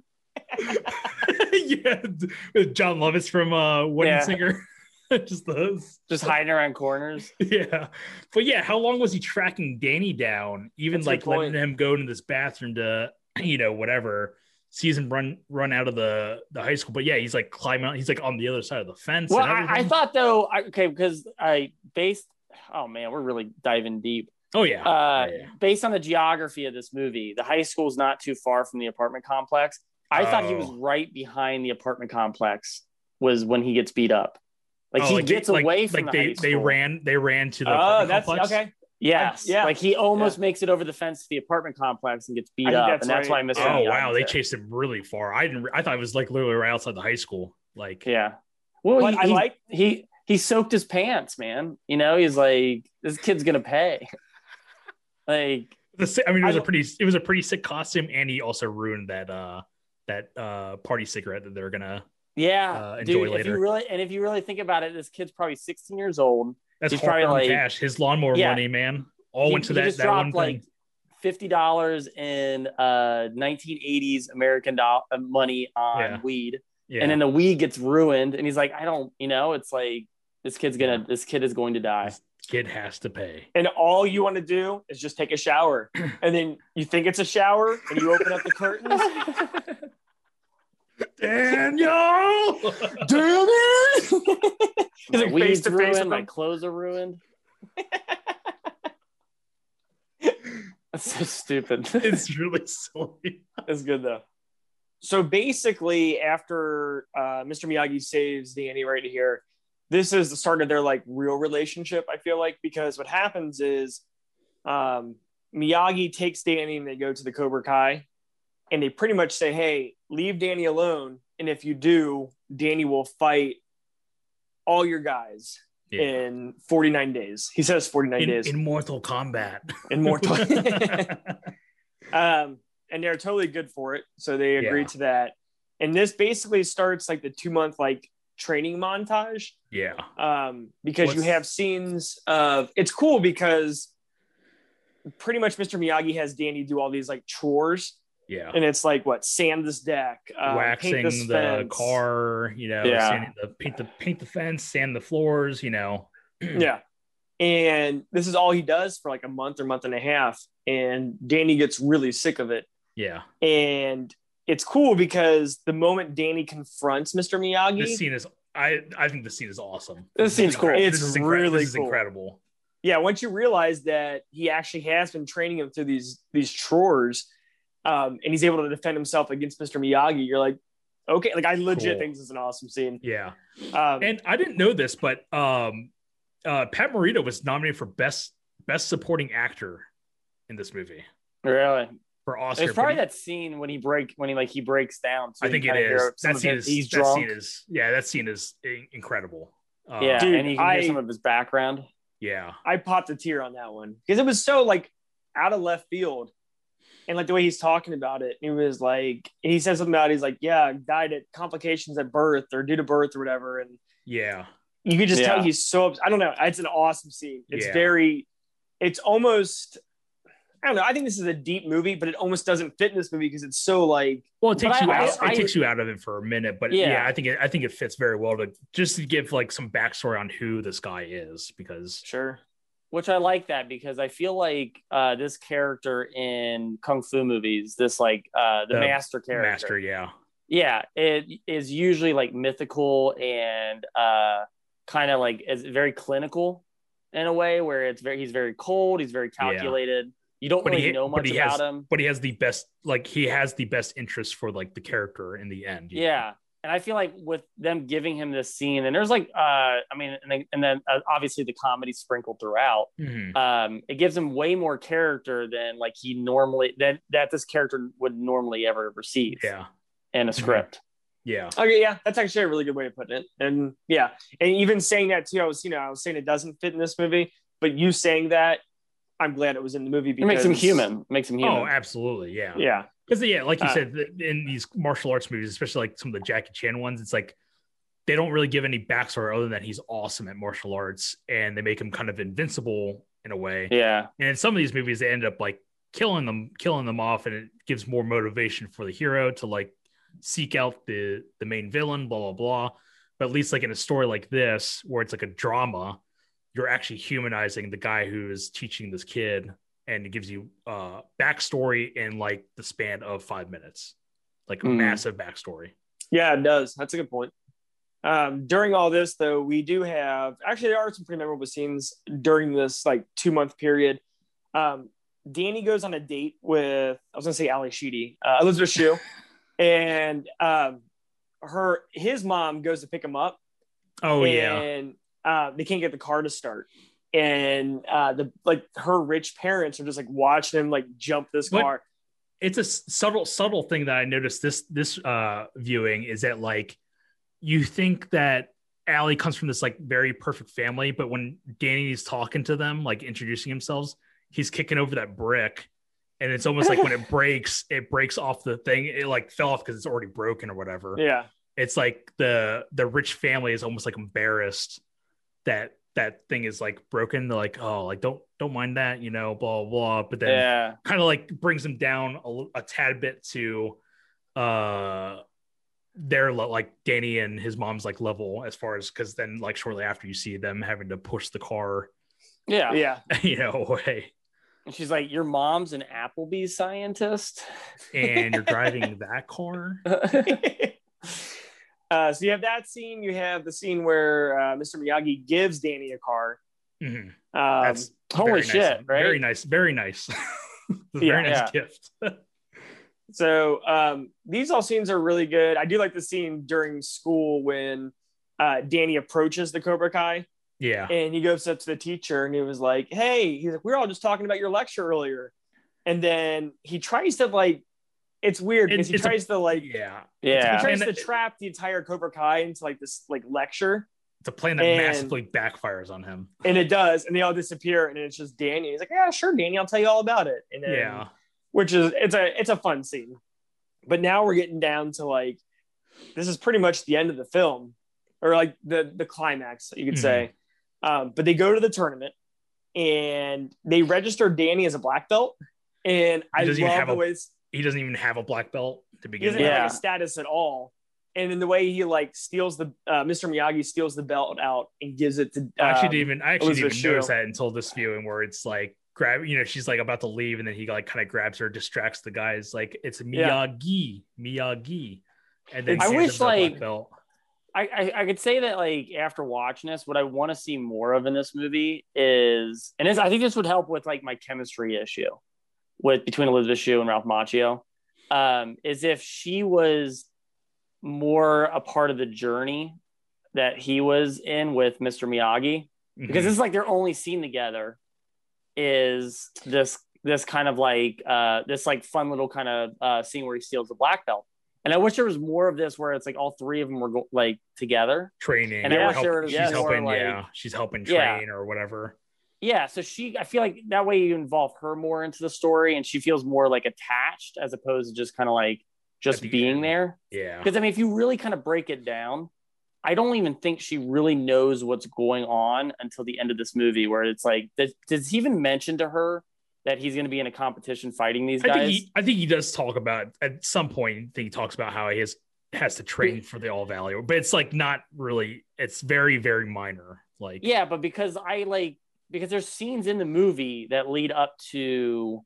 Speaker 2: yeah, d- John Lovitz from uh, Wedding
Speaker 3: Yeah.
Speaker 2: Singer. Just those.
Speaker 3: just hiding around corners
Speaker 2: Yeah, but yeah, how long was he tracking Danny down? Even
Speaker 1: That's a
Speaker 2: like
Speaker 1: good point.
Speaker 2: letting him go into this bathroom to, you know, whatever season run run out of the the high school. But yeah, he's like climbing. out. He's like on the other side of the fence.
Speaker 3: well
Speaker 2: and
Speaker 3: I, I
Speaker 2: everything.
Speaker 3: thought though I, okay because i based oh man we're really diving deep
Speaker 2: oh yeah,
Speaker 3: uh,
Speaker 2: Yeah, yeah.
Speaker 3: based on the geography of this movie, the high school's not too far from the apartment complex. I thought he was
Speaker 2: Oh.
Speaker 3: right behind the apartment complex was when he gets beat up. Like
Speaker 2: Oh,
Speaker 3: he
Speaker 2: like they-
Speaker 3: gets away from
Speaker 2: like
Speaker 3: the
Speaker 2: they
Speaker 3: high
Speaker 2: they
Speaker 3: school.
Speaker 2: ran they ran to the
Speaker 1: Oh,
Speaker 2: apartment
Speaker 1: that's
Speaker 2: complex.
Speaker 1: okay.
Speaker 3: Yes,
Speaker 1: Yeah.
Speaker 3: like he almost makes it over the fence to the apartment complex and gets
Speaker 1: I
Speaker 3: beat
Speaker 1: think
Speaker 3: up,
Speaker 1: that's
Speaker 3: and that's
Speaker 1: right.
Speaker 3: why I missed.
Speaker 2: Oh wow, they chased him really far. I didn't. re- I thought it was like literally right outside the high school. Like
Speaker 3: Yeah, well,
Speaker 1: But
Speaker 3: he,
Speaker 1: I
Speaker 3: he-
Speaker 1: like,
Speaker 3: he he soaked his pants, man. You know, he's like, this kid's gonna pay. like,
Speaker 2: the si- I mean, it
Speaker 1: I
Speaker 2: was a
Speaker 1: don't-
Speaker 2: pretty it was a pretty sick costume, and he also ruined that uh that uh party cigarette that they're gonna.
Speaker 3: yeah,
Speaker 2: Uh, enjoy
Speaker 3: dude. If
Speaker 2: later.
Speaker 3: you really and if you really think about it, this kid's probably 16 years old.
Speaker 2: That's
Speaker 3: He's
Speaker 2: hard
Speaker 3: probably
Speaker 2: earned
Speaker 3: like-
Speaker 2: cash. His lawnmower
Speaker 3: Yeah.
Speaker 2: money, man, all
Speaker 3: He-
Speaker 2: went to
Speaker 3: he
Speaker 2: that
Speaker 3: just
Speaker 2: that one
Speaker 3: dropped, like,
Speaker 2: thing.
Speaker 3: fifty dollars in uh 1980s American doll- uh, money on
Speaker 2: Yeah.
Speaker 3: weed,
Speaker 2: Yeah,
Speaker 3: and then the weed gets ruined, and he's like, I don't, you know, it's like this kid's gonna, this kid is going to die.
Speaker 2: kid has to pay.
Speaker 1: and all you want to do is just take a shower. and then you think it's a shower and you open up the curtains.
Speaker 2: Daniel.
Speaker 1: Damn it!
Speaker 3: My
Speaker 1: He's like
Speaker 3: weed's
Speaker 1: face to face with
Speaker 3: ruined, my
Speaker 1: him.
Speaker 3: clothes are ruined. That's so stupid.
Speaker 2: it's really silly.
Speaker 1: It's good though. So basically, after uh, Mr. Miyagi saves Danny right here, this is the start of their like real relationship. I feel like because what happens is um, Miyagi takes Danny and they go to the Cobra Kai, and they pretty much say, "Hey, leave Danny alone, and if you do, Danny will fight all your guys
Speaker 2: Yeah.
Speaker 1: in 49 days." He says 49
Speaker 2: In,
Speaker 1: days
Speaker 2: in Mortal Kombat.
Speaker 1: in more time. um, and they're totally good for it. So they agree
Speaker 2: Yeah.
Speaker 1: to that. And this basically starts like the two month like training montage
Speaker 2: yeah.
Speaker 1: um, because you
Speaker 2: What's-
Speaker 1: have scenes of it's cool because pretty much Mr. Miyagi has Danny do all these like chores
Speaker 2: Yeah.
Speaker 1: and it's like what sand this deck, uh,
Speaker 2: Waxing
Speaker 1: paint this
Speaker 2: the
Speaker 1: fence.
Speaker 2: car, you know,
Speaker 3: Yeah.
Speaker 2: sanding the, paint the paint the fence, sand the floors, you know.
Speaker 1: Yeah. And this is all he does for like a month or month and a half. And Danny gets really sick of it.
Speaker 2: Yeah.
Speaker 1: and it's cool because the moment Danny confronts Mr.
Speaker 2: This
Speaker 1: Miyagi,
Speaker 2: scene is I I think this scene is awesome.
Speaker 1: This scene's cool.
Speaker 2: incredible.
Speaker 1: It's
Speaker 2: This is incredible.
Speaker 1: really
Speaker 2: this is
Speaker 1: cool.
Speaker 2: incredible.
Speaker 1: yeah, once you realize that he actually has been training him through these these chores, um, and he's able to defend himself against Mr. Miyagi, you're like, okay, like I legit
Speaker 2: Cool.
Speaker 1: think this is an awesome scene.
Speaker 2: Yeah.
Speaker 1: Um,
Speaker 2: and I didn't know this, but um, uh, Pat Morita was nominated for best best supporting actor in this movie
Speaker 3: really,
Speaker 2: for Oscar.
Speaker 3: it's probably
Speaker 2: but
Speaker 3: that scene when he break when he like he breaks down.
Speaker 2: he-
Speaker 3: too.
Speaker 2: I think
Speaker 3: You
Speaker 2: it
Speaker 3: kinda
Speaker 2: is.
Speaker 3: hear some
Speaker 2: That
Speaker 3: of
Speaker 2: scene
Speaker 3: it.
Speaker 2: is
Speaker 3: He's
Speaker 2: that
Speaker 3: drunk.
Speaker 2: scene is yeah. That scene is i- incredible. Uh,
Speaker 3: yeah,
Speaker 1: Dude,
Speaker 3: and you can
Speaker 1: I-
Speaker 3: hear some of his background.
Speaker 2: yeah.
Speaker 1: I popped a tear on that one because it was so like out of left field. And like the way he's talking about it, it was like he said something about it, he's like, yeah, died at complications at birth or due to birth or whatever. And
Speaker 2: Yeah.
Speaker 1: you could just tell
Speaker 3: Yeah.
Speaker 1: he's so ups- I don't know. It's an awesome scene. It's
Speaker 2: Yeah.
Speaker 1: very, it's almost I don't know. I think this is a deep movie, but it almost doesn't fit in this movie because it's so like
Speaker 2: Well, it takes
Speaker 3: But
Speaker 2: you
Speaker 3: I-
Speaker 2: out.
Speaker 3: I-
Speaker 2: it takes you out of it for a minute, but yeah.
Speaker 3: Yeah.
Speaker 2: I think it, I think it fits very well to just to give like some backstory on who this guy is because
Speaker 1: sure.
Speaker 3: which I like that because I feel like uh, this character in kung fu movies, this like uh, the
Speaker 2: The
Speaker 3: master character,
Speaker 2: master, yeah,
Speaker 3: yeah, it is usually like mythical and uh, kind of like is very clinical in a way where it's very he's very cold, he's very
Speaker 2: Yeah.
Speaker 3: calculated. You don't
Speaker 2: But he-
Speaker 3: really know
Speaker 2: but
Speaker 3: much
Speaker 2: he
Speaker 3: about
Speaker 2: has-
Speaker 3: him.
Speaker 2: but he has the best like he has the best interest for like the character in the end. you know?
Speaker 3: Yeah. And I feel like with them giving him this scene, and there's like, uh, I mean, and then, and then uh, obviously the comedy sprinkled throughout.
Speaker 2: Mhm.
Speaker 3: Um, it gives him way more character than like he normally than that this character would normally ever receive
Speaker 2: yeah, Mm-hmm.
Speaker 3: in a script.
Speaker 2: yeah,
Speaker 1: Okay, yeah, that's actually a really good way of putting it. And yeah, and even saying that too, I was you know I was saying it doesn't fit in this movie, but you saying that, I'm glad it was in the movie
Speaker 3: It
Speaker 1: because
Speaker 3: makes him human. It makes him human.
Speaker 2: Oh, absolutely, yeah.
Speaker 1: Yeah,
Speaker 2: Because yeah, like you
Speaker 3: Uh,
Speaker 2: said, th- in these martial arts movies, especially like some of the Jackie Chan ones, it's like they don't really give any backstory other than he's awesome at martial arts, and they make him kind of invincible in a way.
Speaker 3: yeah.
Speaker 2: And in some of these movies, they end up like killing them, killing them off, and it gives more motivation for the hero to like seek out the the main villain, blah blah blah. But at least like in a story like this, where it's like a drama, you're actually humanizing the guy who is teaching this kid, and it gives you uh backstory in like the span of five minutes, like
Speaker 3: Mhm.
Speaker 2: massive backstory.
Speaker 1: yeah, it does. That's a good point. Um, during all this, though, we do have actually there are some pretty memorable scenes during this like two month period. Um, Danny goes on a date with I was gonna say Ali Sheedy, uh, Elizabeth Shue, and um, her his mom goes to pick him up.
Speaker 2: Oh yeah,
Speaker 1: and uh, they can't get the car to start. And uh, the like her rich parents are just like watching him like jump this
Speaker 2: What-
Speaker 1: car.
Speaker 2: it's a s- subtle subtle thing that I noticed this this uh viewing is that like you think that Allie comes from this like very perfect family, but when Danny's talking to them, like introducing himself, he's kicking over that brick. And it's almost like when it breaks, it breaks off the thing. It like fell off because it's already broken or whatever.
Speaker 1: Yeah,
Speaker 2: It's like the the rich family is almost like embarrassed that that thing is like broken. They're like, oh, like don't don't mind that, you know, blah blah. blah. But then
Speaker 3: yeah.
Speaker 2: kind of like brings them down a, l- a tad bit to uh their le- like Danny and his mom's like level as far as because then like shortly after you see them having to push the car
Speaker 3: Yeah.
Speaker 1: yeah.
Speaker 2: you know away
Speaker 3: And she's like, Your mom's an Applebee's scientist.
Speaker 2: and you're driving that car
Speaker 1: uh, so you have that scene. You have the scene where uh, Mr. Miyagi gives Danny a car.
Speaker 2: Mhm.
Speaker 1: Um,
Speaker 2: That's Very
Speaker 3: Holy
Speaker 2: nice.
Speaker 3: shit, right?
Speaker 2: very nice very nice It's a very
Speaker 1: Yeah,
Speaker 2: nice gift
Speaker 1: So um, these all scenes are really good. I do like the scene during school when uh, Danny approaches the Cobra Kai
Speaker 2: yeah
Speaker 1: and he goes up to the teacher and he was like, "Hey," he's like, "We were all just talking about your lecture earlier," and then he tries to like, it's weird
Speaker 2: It-
Speaker 1: because he
Speaker 2: it's a-
Speaker 1: tries to like,
Speaker 2: yeah
Speaker 1: he
Speaker 3: Yeah.
Speaker 1: tries
Speaker 2: And-
Speaker 1: to trap the entire Cobra Kai into like this like lecture,
Speaker 2: it's a plan that
Speaker 1: And-
Speaker 2: massively backfires on him
Speaker 1: and it does, and they all disappear, and it's just Danny. He's like, "Yeah, sure, Danny, I'll tell you all about it," and then,
Speaker 2: yeah
Speaker 1: which is it's a it's a fun scene, but now we're getting down to like, this is pretty much the end of the film, or like the the climax, you could say.
Speaker 2: Mm-hmm.
Speaker 1: Um, but they go to the tournament and they register Danny as a black belt. And I
Speaker 2: doesn't even
Speaker 1: love
Speaker 2: have
Speaker 1: the
Speaker 2: a-
Speaker 1: ways
Speaker 2: he doesn't even have a black belt to
Speaker 1: he
Speaker 2: begin
Speaker 1: doesn't
Speaker 2: with
Speaker 1: have
Speaker 3: Yeah.
Speaker 1: like, a status at all. And in the way he like steals the uh, Mr. Miyagi steals the belt out and gives it to
Speaker 2: I actually
Speaker 1: um,
Speaker 2: didn't even I actually didn't
Speaker 1: Elizabeth
Speaker 2: even notice
Speaker 1: Shue.
Speaker 2: that until this viewing where it's like grab you know she's like about to leave and then he like kind of grabs her distracts the guy it's like it's
Speaker 1: Yeah.
Speaker 2: Miyagi Miyagi and then
Speaker 3: I
Speaker 2: hands
Speaker 3: wish,
Speaker 2: him the black
Speaker 3: like-
Speaker 2: belt.
Speaker 3: I, I, I could say that like after watching this, what I want to see more of in this movie is, and this, I think this would help with like my chemistry issue with between Elizabeth Shue and Ralph Macchio, um, is if she was more a part of the journey that he was in with Mr. Miyagi,
Speaker 2: Mm-hmm.
Speaker 3: because it's like their only scene together is this this kind of like uh, this like fun little kind of uh, scene where he steals the black belt. And I wish there was more of this where it's like all three of them were go- like together.
Speaker 2: training.
Speaker 3: And
Speaker 2: or
Speaker 3: yeah,
Speaker 2: help-
Speaker 3: sure,
Speaker 2: she's
Speaker 3: yeah, more
Speaker 2: helping.
Speaker 3: like-
Speaker 2: yeah, she's helping
Speaker 3: Yeah.
Speaker 2: train or whatever.
Speaker 3: Yeah, so she I feel like that way you involve her more into the story and she feels more like attached as opposed to just kind of like just
Speaker 2: the
Speaker 3: being
Speaker 2: end.
Speaker 3: there.
Speaker 2: Yeah,
Speaker 3: Because I mean, if you really kind of break it down, I don't even think she really knows what's going on until the end of this movie, where it's like, does, does he even mention to her that he's going to be in a competition fighting these
Speaker 2: I
Speaker 3: guys?
Speaker 2: think he, I think he does talk about at some point. I think he talks about how he has has to train for the All Valley, but it's like not really. It's very very minor. Like
Speaker 3: yeah, but because I like because there's scenes in the movie that lead up to,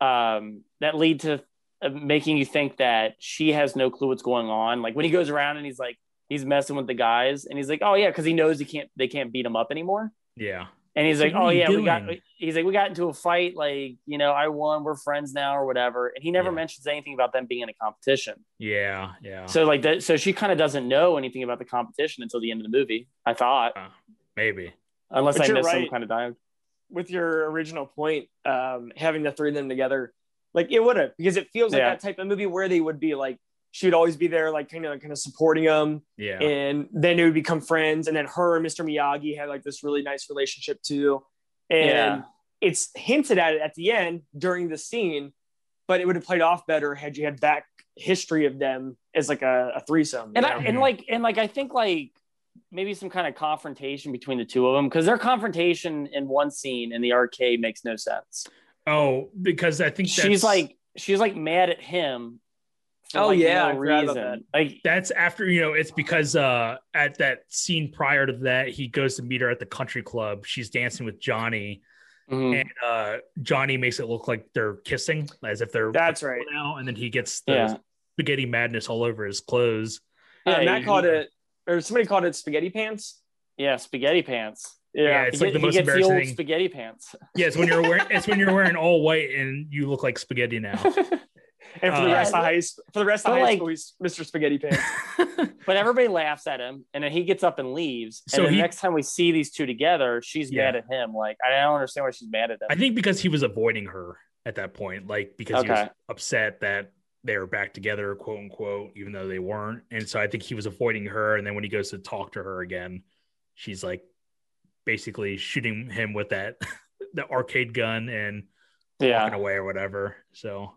Speaker 3: um, that lead to uh, making you think that she has no clue what's going on. Like when he goes around and he's like he's messing with the guys, and he's like, oh yeah, because he knows he can't they can't beat him up anymore.
Speaker 2: yeah,
Speaker 3: And he's
Speaker 2: So
Speaker 3: like,
Speaker 2: what are
Speaker 3: "Oh
Speaker 2: you
Speaker 3: yeah, we got."
Speaker 2: doing?
Speaker 3: He's like, "We got into a fight. Like, you know, I won. We're friends now, or whatever." And he never
Speaker 2: Yeah.
Speaker 3: mentions anything about them being in a competition.
Speaker 2: yeah, yeah.
Speaker 3: So like that. So she kind of doesn't know anything about the competition until the end of the movie. I thought,
Speaker 2: Maybe.
Speaker 3: unless
Speaker 1: But
Speaker 3: I
Speaker 1: you're
Speaker 3: missed some
Speaker 1: right.
Speaker 3: kind of dialogue.
Speaker 1: with your original point, um, having the three of them together, like it would have, because it feels like
Speaker 3: Yeah.
Speaker 1: that type of movie where they would be like, she'd always be there, like kind of kind of supporting them,
Speaker 2: Yeah.
Speaker 1: and then they would become friends, and then her and Mr. Miyagi had like this really nice relationship too, and
Speaker 3: Yeah.
Speaker 1: it's hinted at it at the end during the scene, but it would have played off better had you had that history of them as like a, a threesome.
Speaker 3: And
Speaker 1: you
Speaker 3: I
Speaker 1: know?
Speaker 3: and like and like I think like maybe some kind of confrontation between the two of them because their confrontation in one scene in the arcade makes no sense.
Speaker 2: oh, because I think that's,
Speaker 3: She's like she's like mad at him. For
Speaker 1: Oh,
Speaker 3: like,
Speaker 1: yeah,
Speaker 3: no
Speaker 1: I forgot about
Speaker 3: reason. Like
Speaker 2: that's after you know it's because uh at that scene prior to that he goes to meet her at the country club. She's dancing with Johnny,
Speaker 3: mhm.
Speaker 2: and uh Johnny makes it look like they're kissing as if they're
Speaker 1: That's right.
Speaker 2: now, and then he gets the
Speaker 3: Yeah.
Speaker 2: spaghetti madness all over his clothes.
Speaker 1: Uh,
Speaker 3: Yeah,
Speaker 1: Matt
Speaker 3: you-
Speaker 1: called it, or somebody called it spaghetti pants.
Speaker 3: yeah, spaghetti pants.
Speaker 2: Yeah, it's
Speaker 3: he
Speaker 2: like the
Speaker 3: get- he
Speaker 2: most
Speaker 3: gets
Speaker 2: embarrassing
Speaker 3: old
Speaker 2: thing.
Speaker 3: spaghetti pants.
Speaker 2: Yeah, it's when you're wearing it's when you're wearing all white and you look like spaghetti now.
Speaker 1: And for
Speaker 2: Uh,
Speaker 1: the rest of high sc- for the rest of
Speaker 3: But,
Speaker 1: high
Speaker 3: like-
Speaker 1: school, he's Mr. Spaghetti Pants.
Speaker 3: But everybody laughs at him, and then he gets up and leaves.
Speaker 2: So
Speaker 3: and then
Speaker 2: he-
Speaker 3: the next time we see these two together, she's
Speaker 2: Yeah.
Speaker 3: mad at him. Like I don't understand why she's mad at him.
Speaker 2: I think because he was avoiding her at that point, like because he was
Speaker 3: Okay.
Speaker 2: upset that they were back together, quote unquote, even though they weren't. And so I think he was avoiding her. And then when he goes to talk to her again, she's like basically shooting him with that the arcade gun and
Speaker 3: yeah,
Speaker 2: walking away or whatever. So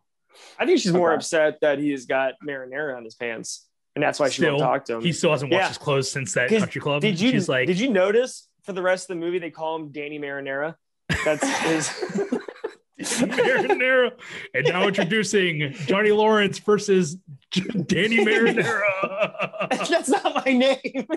Speaker 1: I think she's more
Speaker 3: Okay.
Speaker 1: upset that he's got marinara on his pants, and that's why she
Speaker 2: Still,
Speaker 1: won't talk to him.
Speaker 2: he still hasn't washed
Speaker 1: Um, Yeah.
Speaker 2: his clothes since that
Speaker 1: 'Cause
Speaker 2: country club.
Speaker 1: did you
Speaker 2: She's like,
Speaker 1: did you notice for the rest of the movie they call him Danny Marinara? That's his.
Speaker 2: Marinara. And now introducing Johnny Lawrence versus Danny Marinara.
Speaker 1: that's not my name.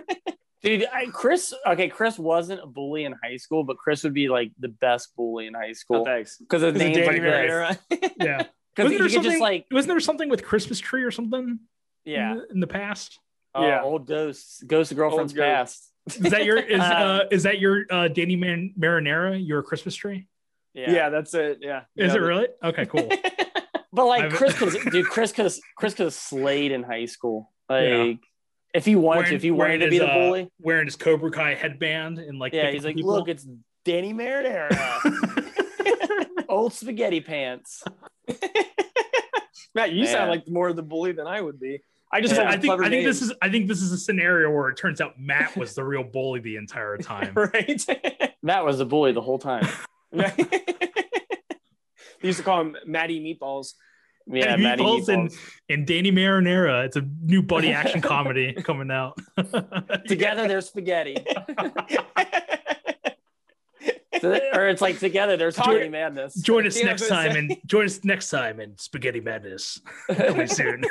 Speaker 3: dude. I, Chris, okay, Chris wasn't a bully in high school, but Chris would be like the best bully in high
Speaker 1: Oh,
Speaker 3: school
Speaker 1: thanks.
Speaker 3: because of
Speaker 1: Is it
Speaker 3: names
Speaker 1: Danny
Speaker 3: like this.
Speaker 1: Marinara.
Speaker 2: yeah.
Speaker 3: Because
Speaker 2: Wasn't there
Speaker 3: you could just
Speaker 2: something- Mm-hmm.
Speaker 3: like
Speaker 2: Wasn't there something with Christmas tree or something?
Speaker 3: yeah,
Speaker 2: In the, in the past,
Speaker 3: Oh,
Speaker 1: Yeah.
Speaker 3: old ghosts, ghosts of girlfriends
Speaker 1: Old ghost.
Speaker 3: past.
Speaker 2: is that your is uh,
Speaker 3: Um,
Speaker 2: is that your uh, Danny Man- Marinara your Christmas tree?
Speaker 1: Yeah. that's it. Yeah.
Speaker 2: Is
Speaker 1: Yeah.
Speaker 2: it really? Okay, cool.
Speaker 3: But like
Speaker 2: I've-
Speaker 3: Chris could, dude, Chris could, Chris could have slayed in high school. Like
Speaker 2: Yeah.
Speaker 3: if he wanted to, if he
Speaker 2: wearing
Speaker 3: wanted to be
Speaker 2: his,
Speaker 3: the
Speaker 2: uh,
Speaker 3: bully.
Speaker 2: wearing his Cobra Kai headband and like
Speaker 3: yeah,
Speaker 2: picking
Speaker 3: he's like,
Speaker 2: people.
Speaker 3: look, it's Danny Marinara, old spaghetti pants.
Speaker 1: Matt, you
Speaker 3: Man.
Speaker 1: sound like more of the bully than I would be. I just
Speaker 3: Yeah.
Speaker 1: have a
Speaker 2: I think
Speaker 1: clever
Speaker 2: I think
Speaker 1: name,
Speaker 2: this is I think this is a scenario where it turns out Matt was the real bully the entire time.
Speaker 1: right.
Speaker 3: Matt was the bully the whole time.
Speaker 1: they used to call him Matty Meatballs.
Speaker 3: Yeah,
Speaker 2: He
Speaker 3: Matty
Speaker 2: falls in-
Speaker 3: Meatballs.
Speaker 2: and Danny Marinara. It's a new buddy action comedy coming out.
Speaker 3: Together they're spaghetti. So that- or it's like together they're spaghetti madness.
Speaker 2: Join us
Speaker 1: Yeah,
Speaker 2: next
Speaker 1: but-
Speaker 2: time and join us next time in Spaghetti Madness coming soon.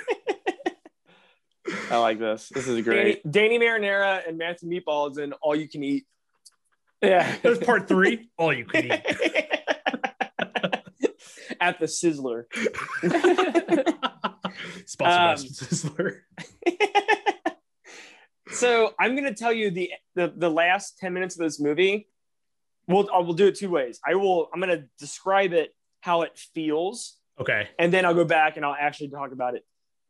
Speaker 3: I like this. This is
Speaker 1: Danny,
Speaker 3: great.
Speaker 1: Danny Marinara and Matthew Meatballs and all you can eat.
Speaker 3: Yeah.
Speaker 2: There's part three. All you can eat.
Speaker 1: At the Sizzler.
Speaker 2: Sponsored by
Speaker 1: Um,
Speaker 2: Sizzler.
Speaker 1: so I'm gonna tell you the, the the last 10 minutes of this movie. We'll I will do it two ways. I will I'm gonna describe it how it feels,
Speaker 2: Okay.
Speaker 1: and then I'll go back and I'll actually talk about it.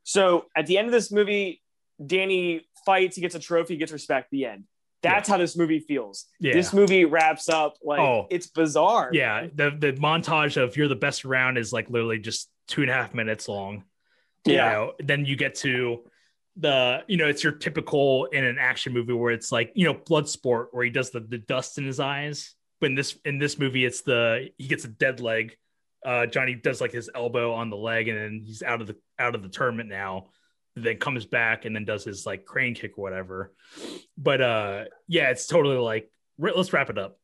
Speaker 1: So at the end of this movie, Danny fights, he gets a trophy, he gets respect, the end. That's how this movie feels.
Speaker 2: Yeah.
Speaker 1: This movie wraps up like
Speaker 2: Oh.
Speaker 1: it's bizarre.
Speaker 2: yeah. The the montage of You're the Best Around is like literally just two and a half minutes long. you
Speaker 1: Yeah.
Speaker 2: know then you get to the you know it's your typical in an action movie where it's like you know blood sport where he does the, the dust in his eyes but in this in this movie it's the he gets a dead leg uh johnny does like his elbow on the leg and then he's out of the out of the tournament now then comes back and then does his like crane kick or whatever but uh yeah it's totally like re- let's wrap it up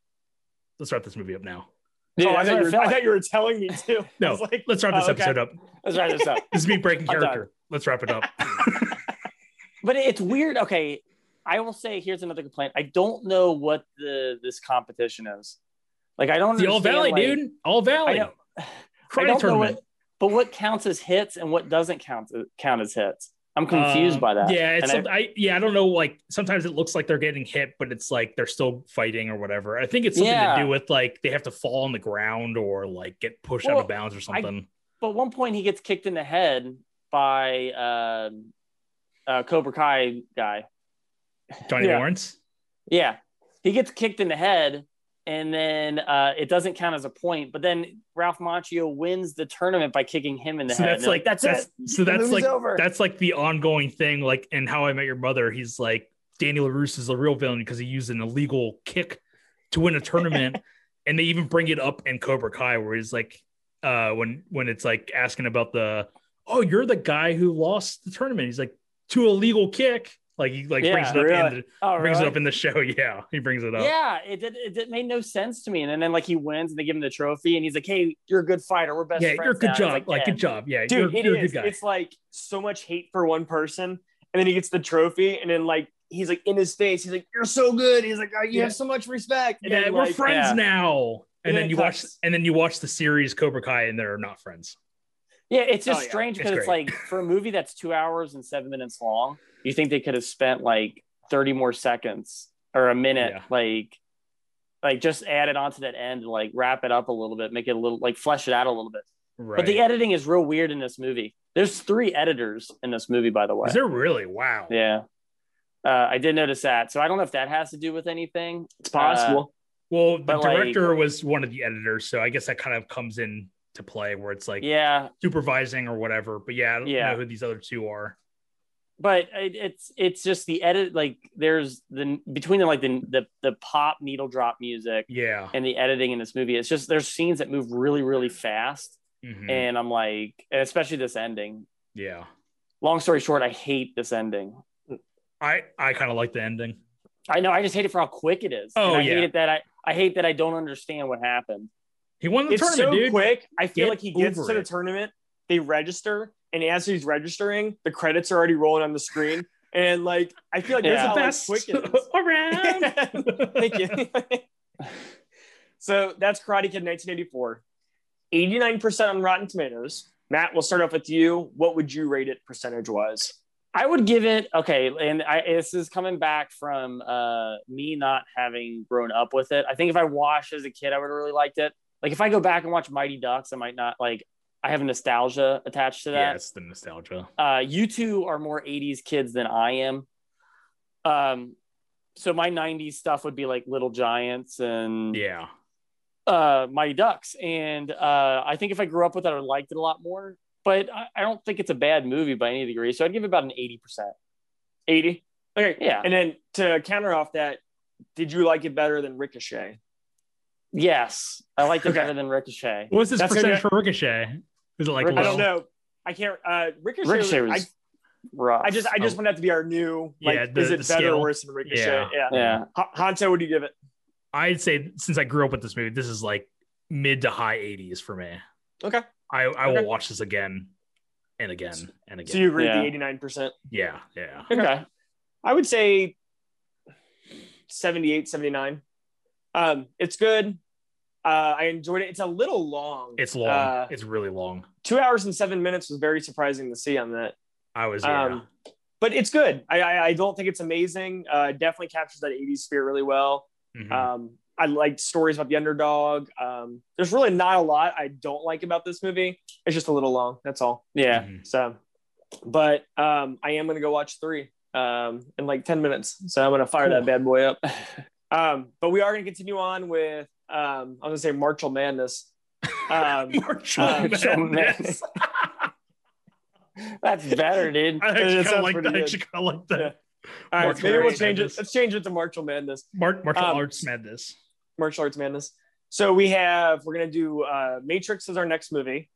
Speaker 2: let's wrap this movie up now
Speaker 3: Dude,
Speaker 1: oh, I
Speaker 3: that's what
Speaker 1: thought, you
Speaker 3: it
Speaker 1: were,
Speaker 3: felt
Speaker 1: I thought
Speaker 3: like.
Speaker 1: you were telling me too.
Speaker 2: No.
Speaker 1: I was like,
Speaker 2: let's wrap this
Speaker 1: Oh, okay.
Speaker 2: episode up
Speaker 3: Let's wrap this up.
Speaker 2: this is me breaking
Speaker 3: I'm done.
Speaker 2: character let's wrap it up
Speaker 3: but it's weird. Okay, I will say here's another complaint. I don't know what the this competition is. Like I don't
Speaker 2: the all
Speaker 3: understand,
Speaker 2: valley
Speaker 3: like,
Speaker 2: dude all valley
Speaker 3: I know. I
Speaker 2: karate
Speaker 3: don't know
Speaker 2: tournament
Speaker 3: what, but what counts as hits and what doesn't count count as hits? I'm confused
Speaker 2: Um,
Speaker 3: by that.
Speaker 2: Yeah, it's
Speaker 3: And
Speaker 2: some- I, yeah, I don't know. Like sometimes it looks like they're getting hit, but it's like they're still fighting or whatever. I think it's something
Speaker 3: Yeah.
Speaker 2: to do with like they have to fall on the ground or like get pushed out
Speaker 3: Well,
Speaker 2: of bounds or something.
Speaker 3: But one point he gets kicked in the head by um, uh, Cobra Kai guy.
Speaker 2: Johnny
Speaker 1: yeah.
Speaker 2: Lawrence.
Speaker 3: Yeah, he gets kicked in the head, and then uh, it doesn't count as a point. But then Ralph Macchio wins the tournament by kicking him in the
Speaker 2: So
Speaker 3: head.
Speaker 2: that's
Speaker 3: And
Speaker 2: like that's, so
Speaker 1: The
Speaker 2: that's
Speaker 1: movie's
Speaker 2: like
Speaker 1: over.
Speaker 2: that's like the ongoing thing. Like in How I Met Your Mother, he's like Danny LaRusse is the real villain because he used an illegal kick to win a tournament, and they even bring it up in Cobra Kai where he's like, uh, when when it's like asking about the oh you're the guy who lost the tournament. He's like to a legal kick. Like he like
Speaker 3: Yeah,
Speaker 2: brings it up in
Speaker 3: really.
Speaker 2: the,
Speaker 3: oh,
Speaker 2: brings it
Speaker 3: really?
Speaker 2: up in the show. Yeah, he brings it up.
Speaker 3: Yeah, it did. It, did- made no sense to me. And then like he wins, and they give him the trophy, and he's like, "Hey, you're a good fighter. We're best
Speaker 2: Yeah,
Speaker 3: friends."
Speaker 2: you're a good
Speaker 3: now." And
Speaker 2: job.
Speaker 3: it's
Speaker 2: Like,
Speaker 3: yeah.
Speaker 2: good job. Yeah,
Speaker 1: dude,
Speaker 2: you're,
Speaker 1: it
Speaker 2: you're a
Speaker 1: is.
Speaker 2: good guy.
Speaker 1: It's like so much hate for one person, and then he gets the trophy, and then like he's like in his face, he's like, "You're so good." He's like, oh, "You
Speaker 2: Yeah.
Speaker 1: have so much respect." And
Speaker 2: yeah,
Speaker 1: then,
Speaker 2: we're
Speaker 1: like,
Speaker 2: friends
Speaker 3: yeah.
Speaker 2: now. And
Speaker 1: Yeah,
Speaker 2: then you
Speaker 1: it
Speaker 2: watch,
Speaker 1: cuts.
Speaker 2: and then you watch the series Cobra Kai, and they're not friends.
Speaker 3: Yeah, it's just
Speaker 1: Oh, yeah.
Speaker 3: strange
Speaker 2: It's
Speaker 3: because it's,
Speaker 2: great.
Speaker 3: like for a movie that's two hours and seven minutes long, you think they could have spent like thirty more seconds or a minute,
Speaker 2: Yeah.
Speaker 3: like like just add it onto that end, and, like wrap it up a little bit, make it a little like flesh it out a little bit.
Speaker 2: Right?
Speaker 3: But the editing is real weird in this movie. There's three editors in this movie, by the way.
Speaker 2: is there really? Wow.
Speaker 3: yeah. Uh, I did notice that. So I don't know if that has to do with anything.
Speaker 1: It's possible.
Speaker 2: Well, the
Speaker 3: But, like-
Speaker 2: director was one of the editors, so I guess that kind of comes in to play where it's like
Speaker 3: yeah.
Speaker 2: supervising or whatever. But yeah, I don't
Speaker 3: Yeah.
Speaker 2: know who these other two are.
Speaker 3: but it, it's it's just the edit like there's the between the like the, the the pop needle drop music
Speaker 2: Yeah.
Speaker 3: and the editing in this movie it's just there's scenes that move really really fast
Speaker 2: Mhm.
Speaker 3: and i'm like and especially this ending
Speaker 2: yeah.
Speaker 3: long story short i hate this ending
Speaker 2: I I kind of like the ending.
Speaker 3: i know i just hate it for how quick it is
Speaker 2: Oh,
Speaker 3: and i
Speaker 2: yeah.
Speaker 3: hate it that i i hate that i don't understand what happened
Speaker 2: He won the
Speaker 1: uh, It's so
Speaker 2: tournament, dude.
Speaker 1: quick. I feel
Speaker 2: Get
Speaker 1: like he gets
Speaker 2: over
Speaker 1: to the
Speaker 2: it.
Speaker 1: tournament, they register, and as he's registering, the credits are already rolling on the screen, and like I feel like
Speaker 3: Yeah.
Speaker 1: that's
Speaker 2: The
Speaker 1: how like,
Speaker 2: best
Speaker 1: quick it is.
Speaker 2: around.
Speaker 1: Thank you. so that's Karate Kid 1984. 89% on Rotten Tomatoes. Matt, we'll start off with you. What would you rate it percentage wise?
Speaker 3: i would give it okay and i this is coming back from uh me not having grown up with it i think if i watched as a kid i would have really liked it like if i go back and watch mighty ducks i might not like i have nostalgia attached to
Speaker 2: yeah,
Speaker 3: that
Speaker 2: it's the nostalgia.
Speaker 3: uh, you two are more 80s kids than I am. Um, so my 90s stuff would be like Little Giants and
Speaker 2: Yeah.
Speaker 3: uh, Mighty Ducks. And uh, I think if I grew up with that, I would have liked it a lot more. But I, I don't think it's a bad movie by any degree. So I'd give it about an 80%.
Speaker 1: 80? Okay.
Speaker 3: Yeah.
Speaker 1: And then to counter off that, did you like it better than Ricochet?
Speaker 3: Yes. I liked it
Speaker 1: Okay.
Speaker 3: better than Ricochet.
Speaker 2: What's his
Speaker 1: That's
Speaker 2: percentage
Speaker 1: okay.
Speaker 2: for Ricochet? Is it like
Speaker 3: Ric-
Speaker 1: I
Speaker 2: low?
Speaker 1: don't know. I can't. Uh, Ricochet,
Speaker 3: Ricochet was rough.
Speaker 1: I, I just I just
Speaker 2: Oh.
Speaker 1: want that to be our new. Like,
Speaker 2: Yeah, the-
Speaker 1: is it
Speaker 2: the
Speaker 1: better
Speaker 2: scale.
Speaker 1: or worse than Ricochet?
Speaker 2: Yeah.
Speaker 1: Yeah.
Speaker 3: yeah.
Speaker 1: Ha- Hanto, would you give it?
Speaker 2: I'd say since I grew up with this movie, this is like mid to high 80s for me.
Speaker 1: Okay.
Speaker 2: I, I will
Speaker 1: Okay.
Speaker 2: watch this again and again and again.
Speaker 1: So you agree
Speaker 3: Yeah.
Speaker 1: with the 89%?
Speaker 2: yeah, yeah.
Speaker 3: Okay.
Speaker 1: I would say 78, 79. Um, it's good. Uh, I enjoyed it. It's a little long.
Speaker 2: It's long.
Speaker 1: Uh,
Speaker 2: it's really long.
Speaker 1: two hours and seven minutes was very surprising to see on that.
Speaker 2: I was yeah.
Speaker 1: um, But it's good. I, I, I don't think it's amazing. Uh, it definitely captures that 80s spirit really well.
Speaker 2: Mhm.
Speaker 1: Um, I like stories about the underdog. Um, there's really not a lot I don't like about this movie. It's just a little long. That's all.
Speaker 3: Yeah.
Speaker 2: Mhm.
Speaker 1: So, but um, I am going to go watch three um, in like 10 minutes. So I'm going to fire
Speaker 2: Cool.
Speaker 1: that bad boy up. Um, but we are going to continue on with, um, I was going to say Martial Madness. Um,
Speaker 2: Marshall
Speaker 1: uh,
Speaker 2: Mathers.
Speaker 3: Marshall Mathers. That's better, dude.
Speaker 2: I
Speaker 1: It
Speaker 2: actually kind
Speaker 1: sounds
Speaker 2: of like
Speaker 1: pretty
Speaker 2: that. I
Speaker 1: good.
Speaker 2: actually kind of like that.
Speaker 1: Yeah. All right,
Speaker 2: Martial
Speaker 1: maybe we'll
Speaker 2: arts
Speaker 1: change it.
Speaker 2: madness.
Speaker 1: Let's change it to Martial Madness.
Speaker 2: Mar- martial
Speaker 1: Um,
Speaker 2: arts madness.
Speaker 1: Martial Arts Madness. So we have we're gonna do uh, Matrix as our next movie,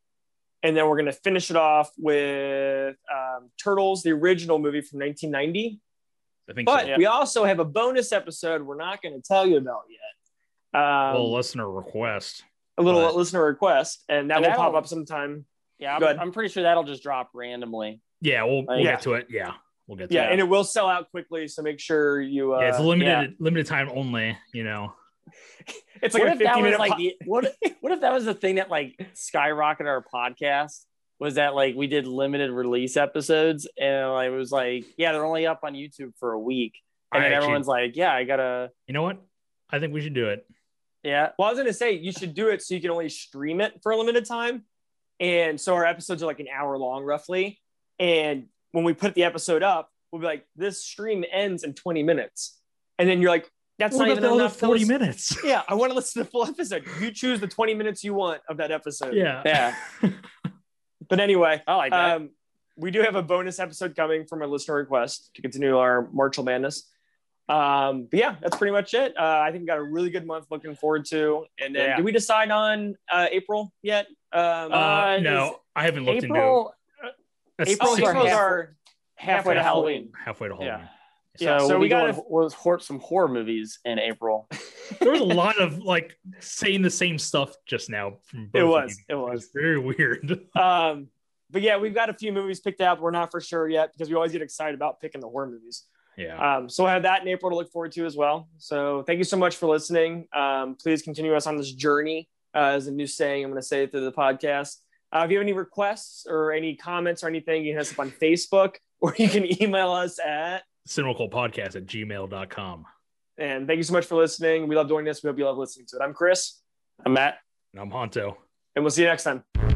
Speaker 1: and then we're gonna finish it off with um, Turtles, the original movie from 1990.
Speaker 2: I think
Speaker 1: But
Speaker 2: so.
Speaker 1: we also have a bonus episode we're not gonna tell you about yet. Um,
Speaker 2: Well, listener request.
Speaker 1: a little
Speaker 2: but-
Speaker 1: listener request, and that
Speaker 3: And
Speaker 1: will
Speaker 3: that'll-
Speaker 1: pop up sometime.
Speaker 3: Yeah,
Speaker 1: Go
Speaker 3: I'm,
Speaker 1: ahead.
Speaker 3: I'm pretty sure that'll just drop randomly.
Speaker 2: Yeah, we'll, we'll
Speaker 1: Yeah.
Speaker 2: get to it. Yeah, we'll get to
Speaker 1: Yeah,
Speaker 2: it.
Speaker 1: and it will sell out quickly, so make sure you. Uh,
Speaker 2: yeah, it's a limited
Speaker 3: yeah.
Speaker 2: limited time only. You know,
Speaker 1: it's like
Speaker 3: what
Speaker 1: a
Speaker 3: if that
Speaker 1: 15
Speaker 3: was
Speaker 1: minute.
Speaker 3: like
Speaker 1: po-
Speaker 3: the, what what if that was the thing that like skyrocketed our podcast was that like we did limited release episodes and like it was like yeah they're only up on YouTube for a week
Speaker 2: I
Speaker 3: and then
Speaker 2: actually-
Speaker 3: everyone's like yeah I gotta
Speaker 2: you know what? I think we should do it.
Speaker 3: yeah
Speaker 1: Well, I was gonna say you should do it so you can only stream it for a limited time, and so our episodes are like an hour long roughly. And when we put the episode up, we'll be like, "This stream ends in 20 minutes," and then you're like, "That's not even enough." to
Speaker 2: forty
Speaker 1: listen-
Speaker 2: minutes.
Speaker 1: Yeah, I want to listen to the full episode. You choose the 20 minutes you want of that episode.
Speaker 2: yeah, Uh,
Speaker 3: yeah
Speaker 1: But anyway,
Speaker 3: oh, I like that
Speaker 1: um, we do have a bonus episode coming from a listener request to continue our Martial Madness. Um, but yeah, that's pretty much it. Uh, I think we got a really good month looking forward to. And then,
Speaker 3: Yeah.
Speaker 1: did we decide on uh, April yet? Um,
Speaker 2: Uh,
Speaker 3: Uh, is
Speaker 2: no, I haven't looked into.
Speaker 3: April
Speaker 2: That's
Speaker 3: April's
Speaker 2: six
Speaker 3: our
Speaker 1: April's
Speaker 2: months-
Speaker 3: half-
Speaker 1: our
Speaker 3: halfway to Halloween
Speaker 2: halfway to Halloween.
Speaker 3: yeah
Speaker 1: Yeah,
Speaker 3: so,
Speaker 1: so
Speaker 3: we
Speaker 1: we
Speaker 3: got
Speaker 1: gotta-
Speaker 3: was hor- some horror movies in April
Speaker 2: There was a lot of like saying the same stuff just now. From both of
Speaker 1: was,
Speaker 2: you.
Speaker 1: it was.
Speaker 2: very
Speaker 3: Uh,
Speaker 2: weird.
Speaker 1: Um, but yeah, we've got a few movies picked out. We're not for sure yet because we always get excited about picking the horror movies.
Speaker 2: yeah,
Speaker 1: Um, so we'll have that in April to look forward to as well. So thank you so much for listening. Um, please continue us on this journey uh, as a new saying. I'm going to say it through the podcast. Uh, if you have any requests or any comments or anything, you can hit us up on Facebook or you can email us at.
Speaker 2: cynical podcast at gmail.com.
Speaker 1: And thank you so much for listening. We love doing this. We hope you love listening to it. I'm Chris,
Speaker 3: I'm at
Speaker 2: And I'm Honto.
Speaker 1: and we'll see you next time.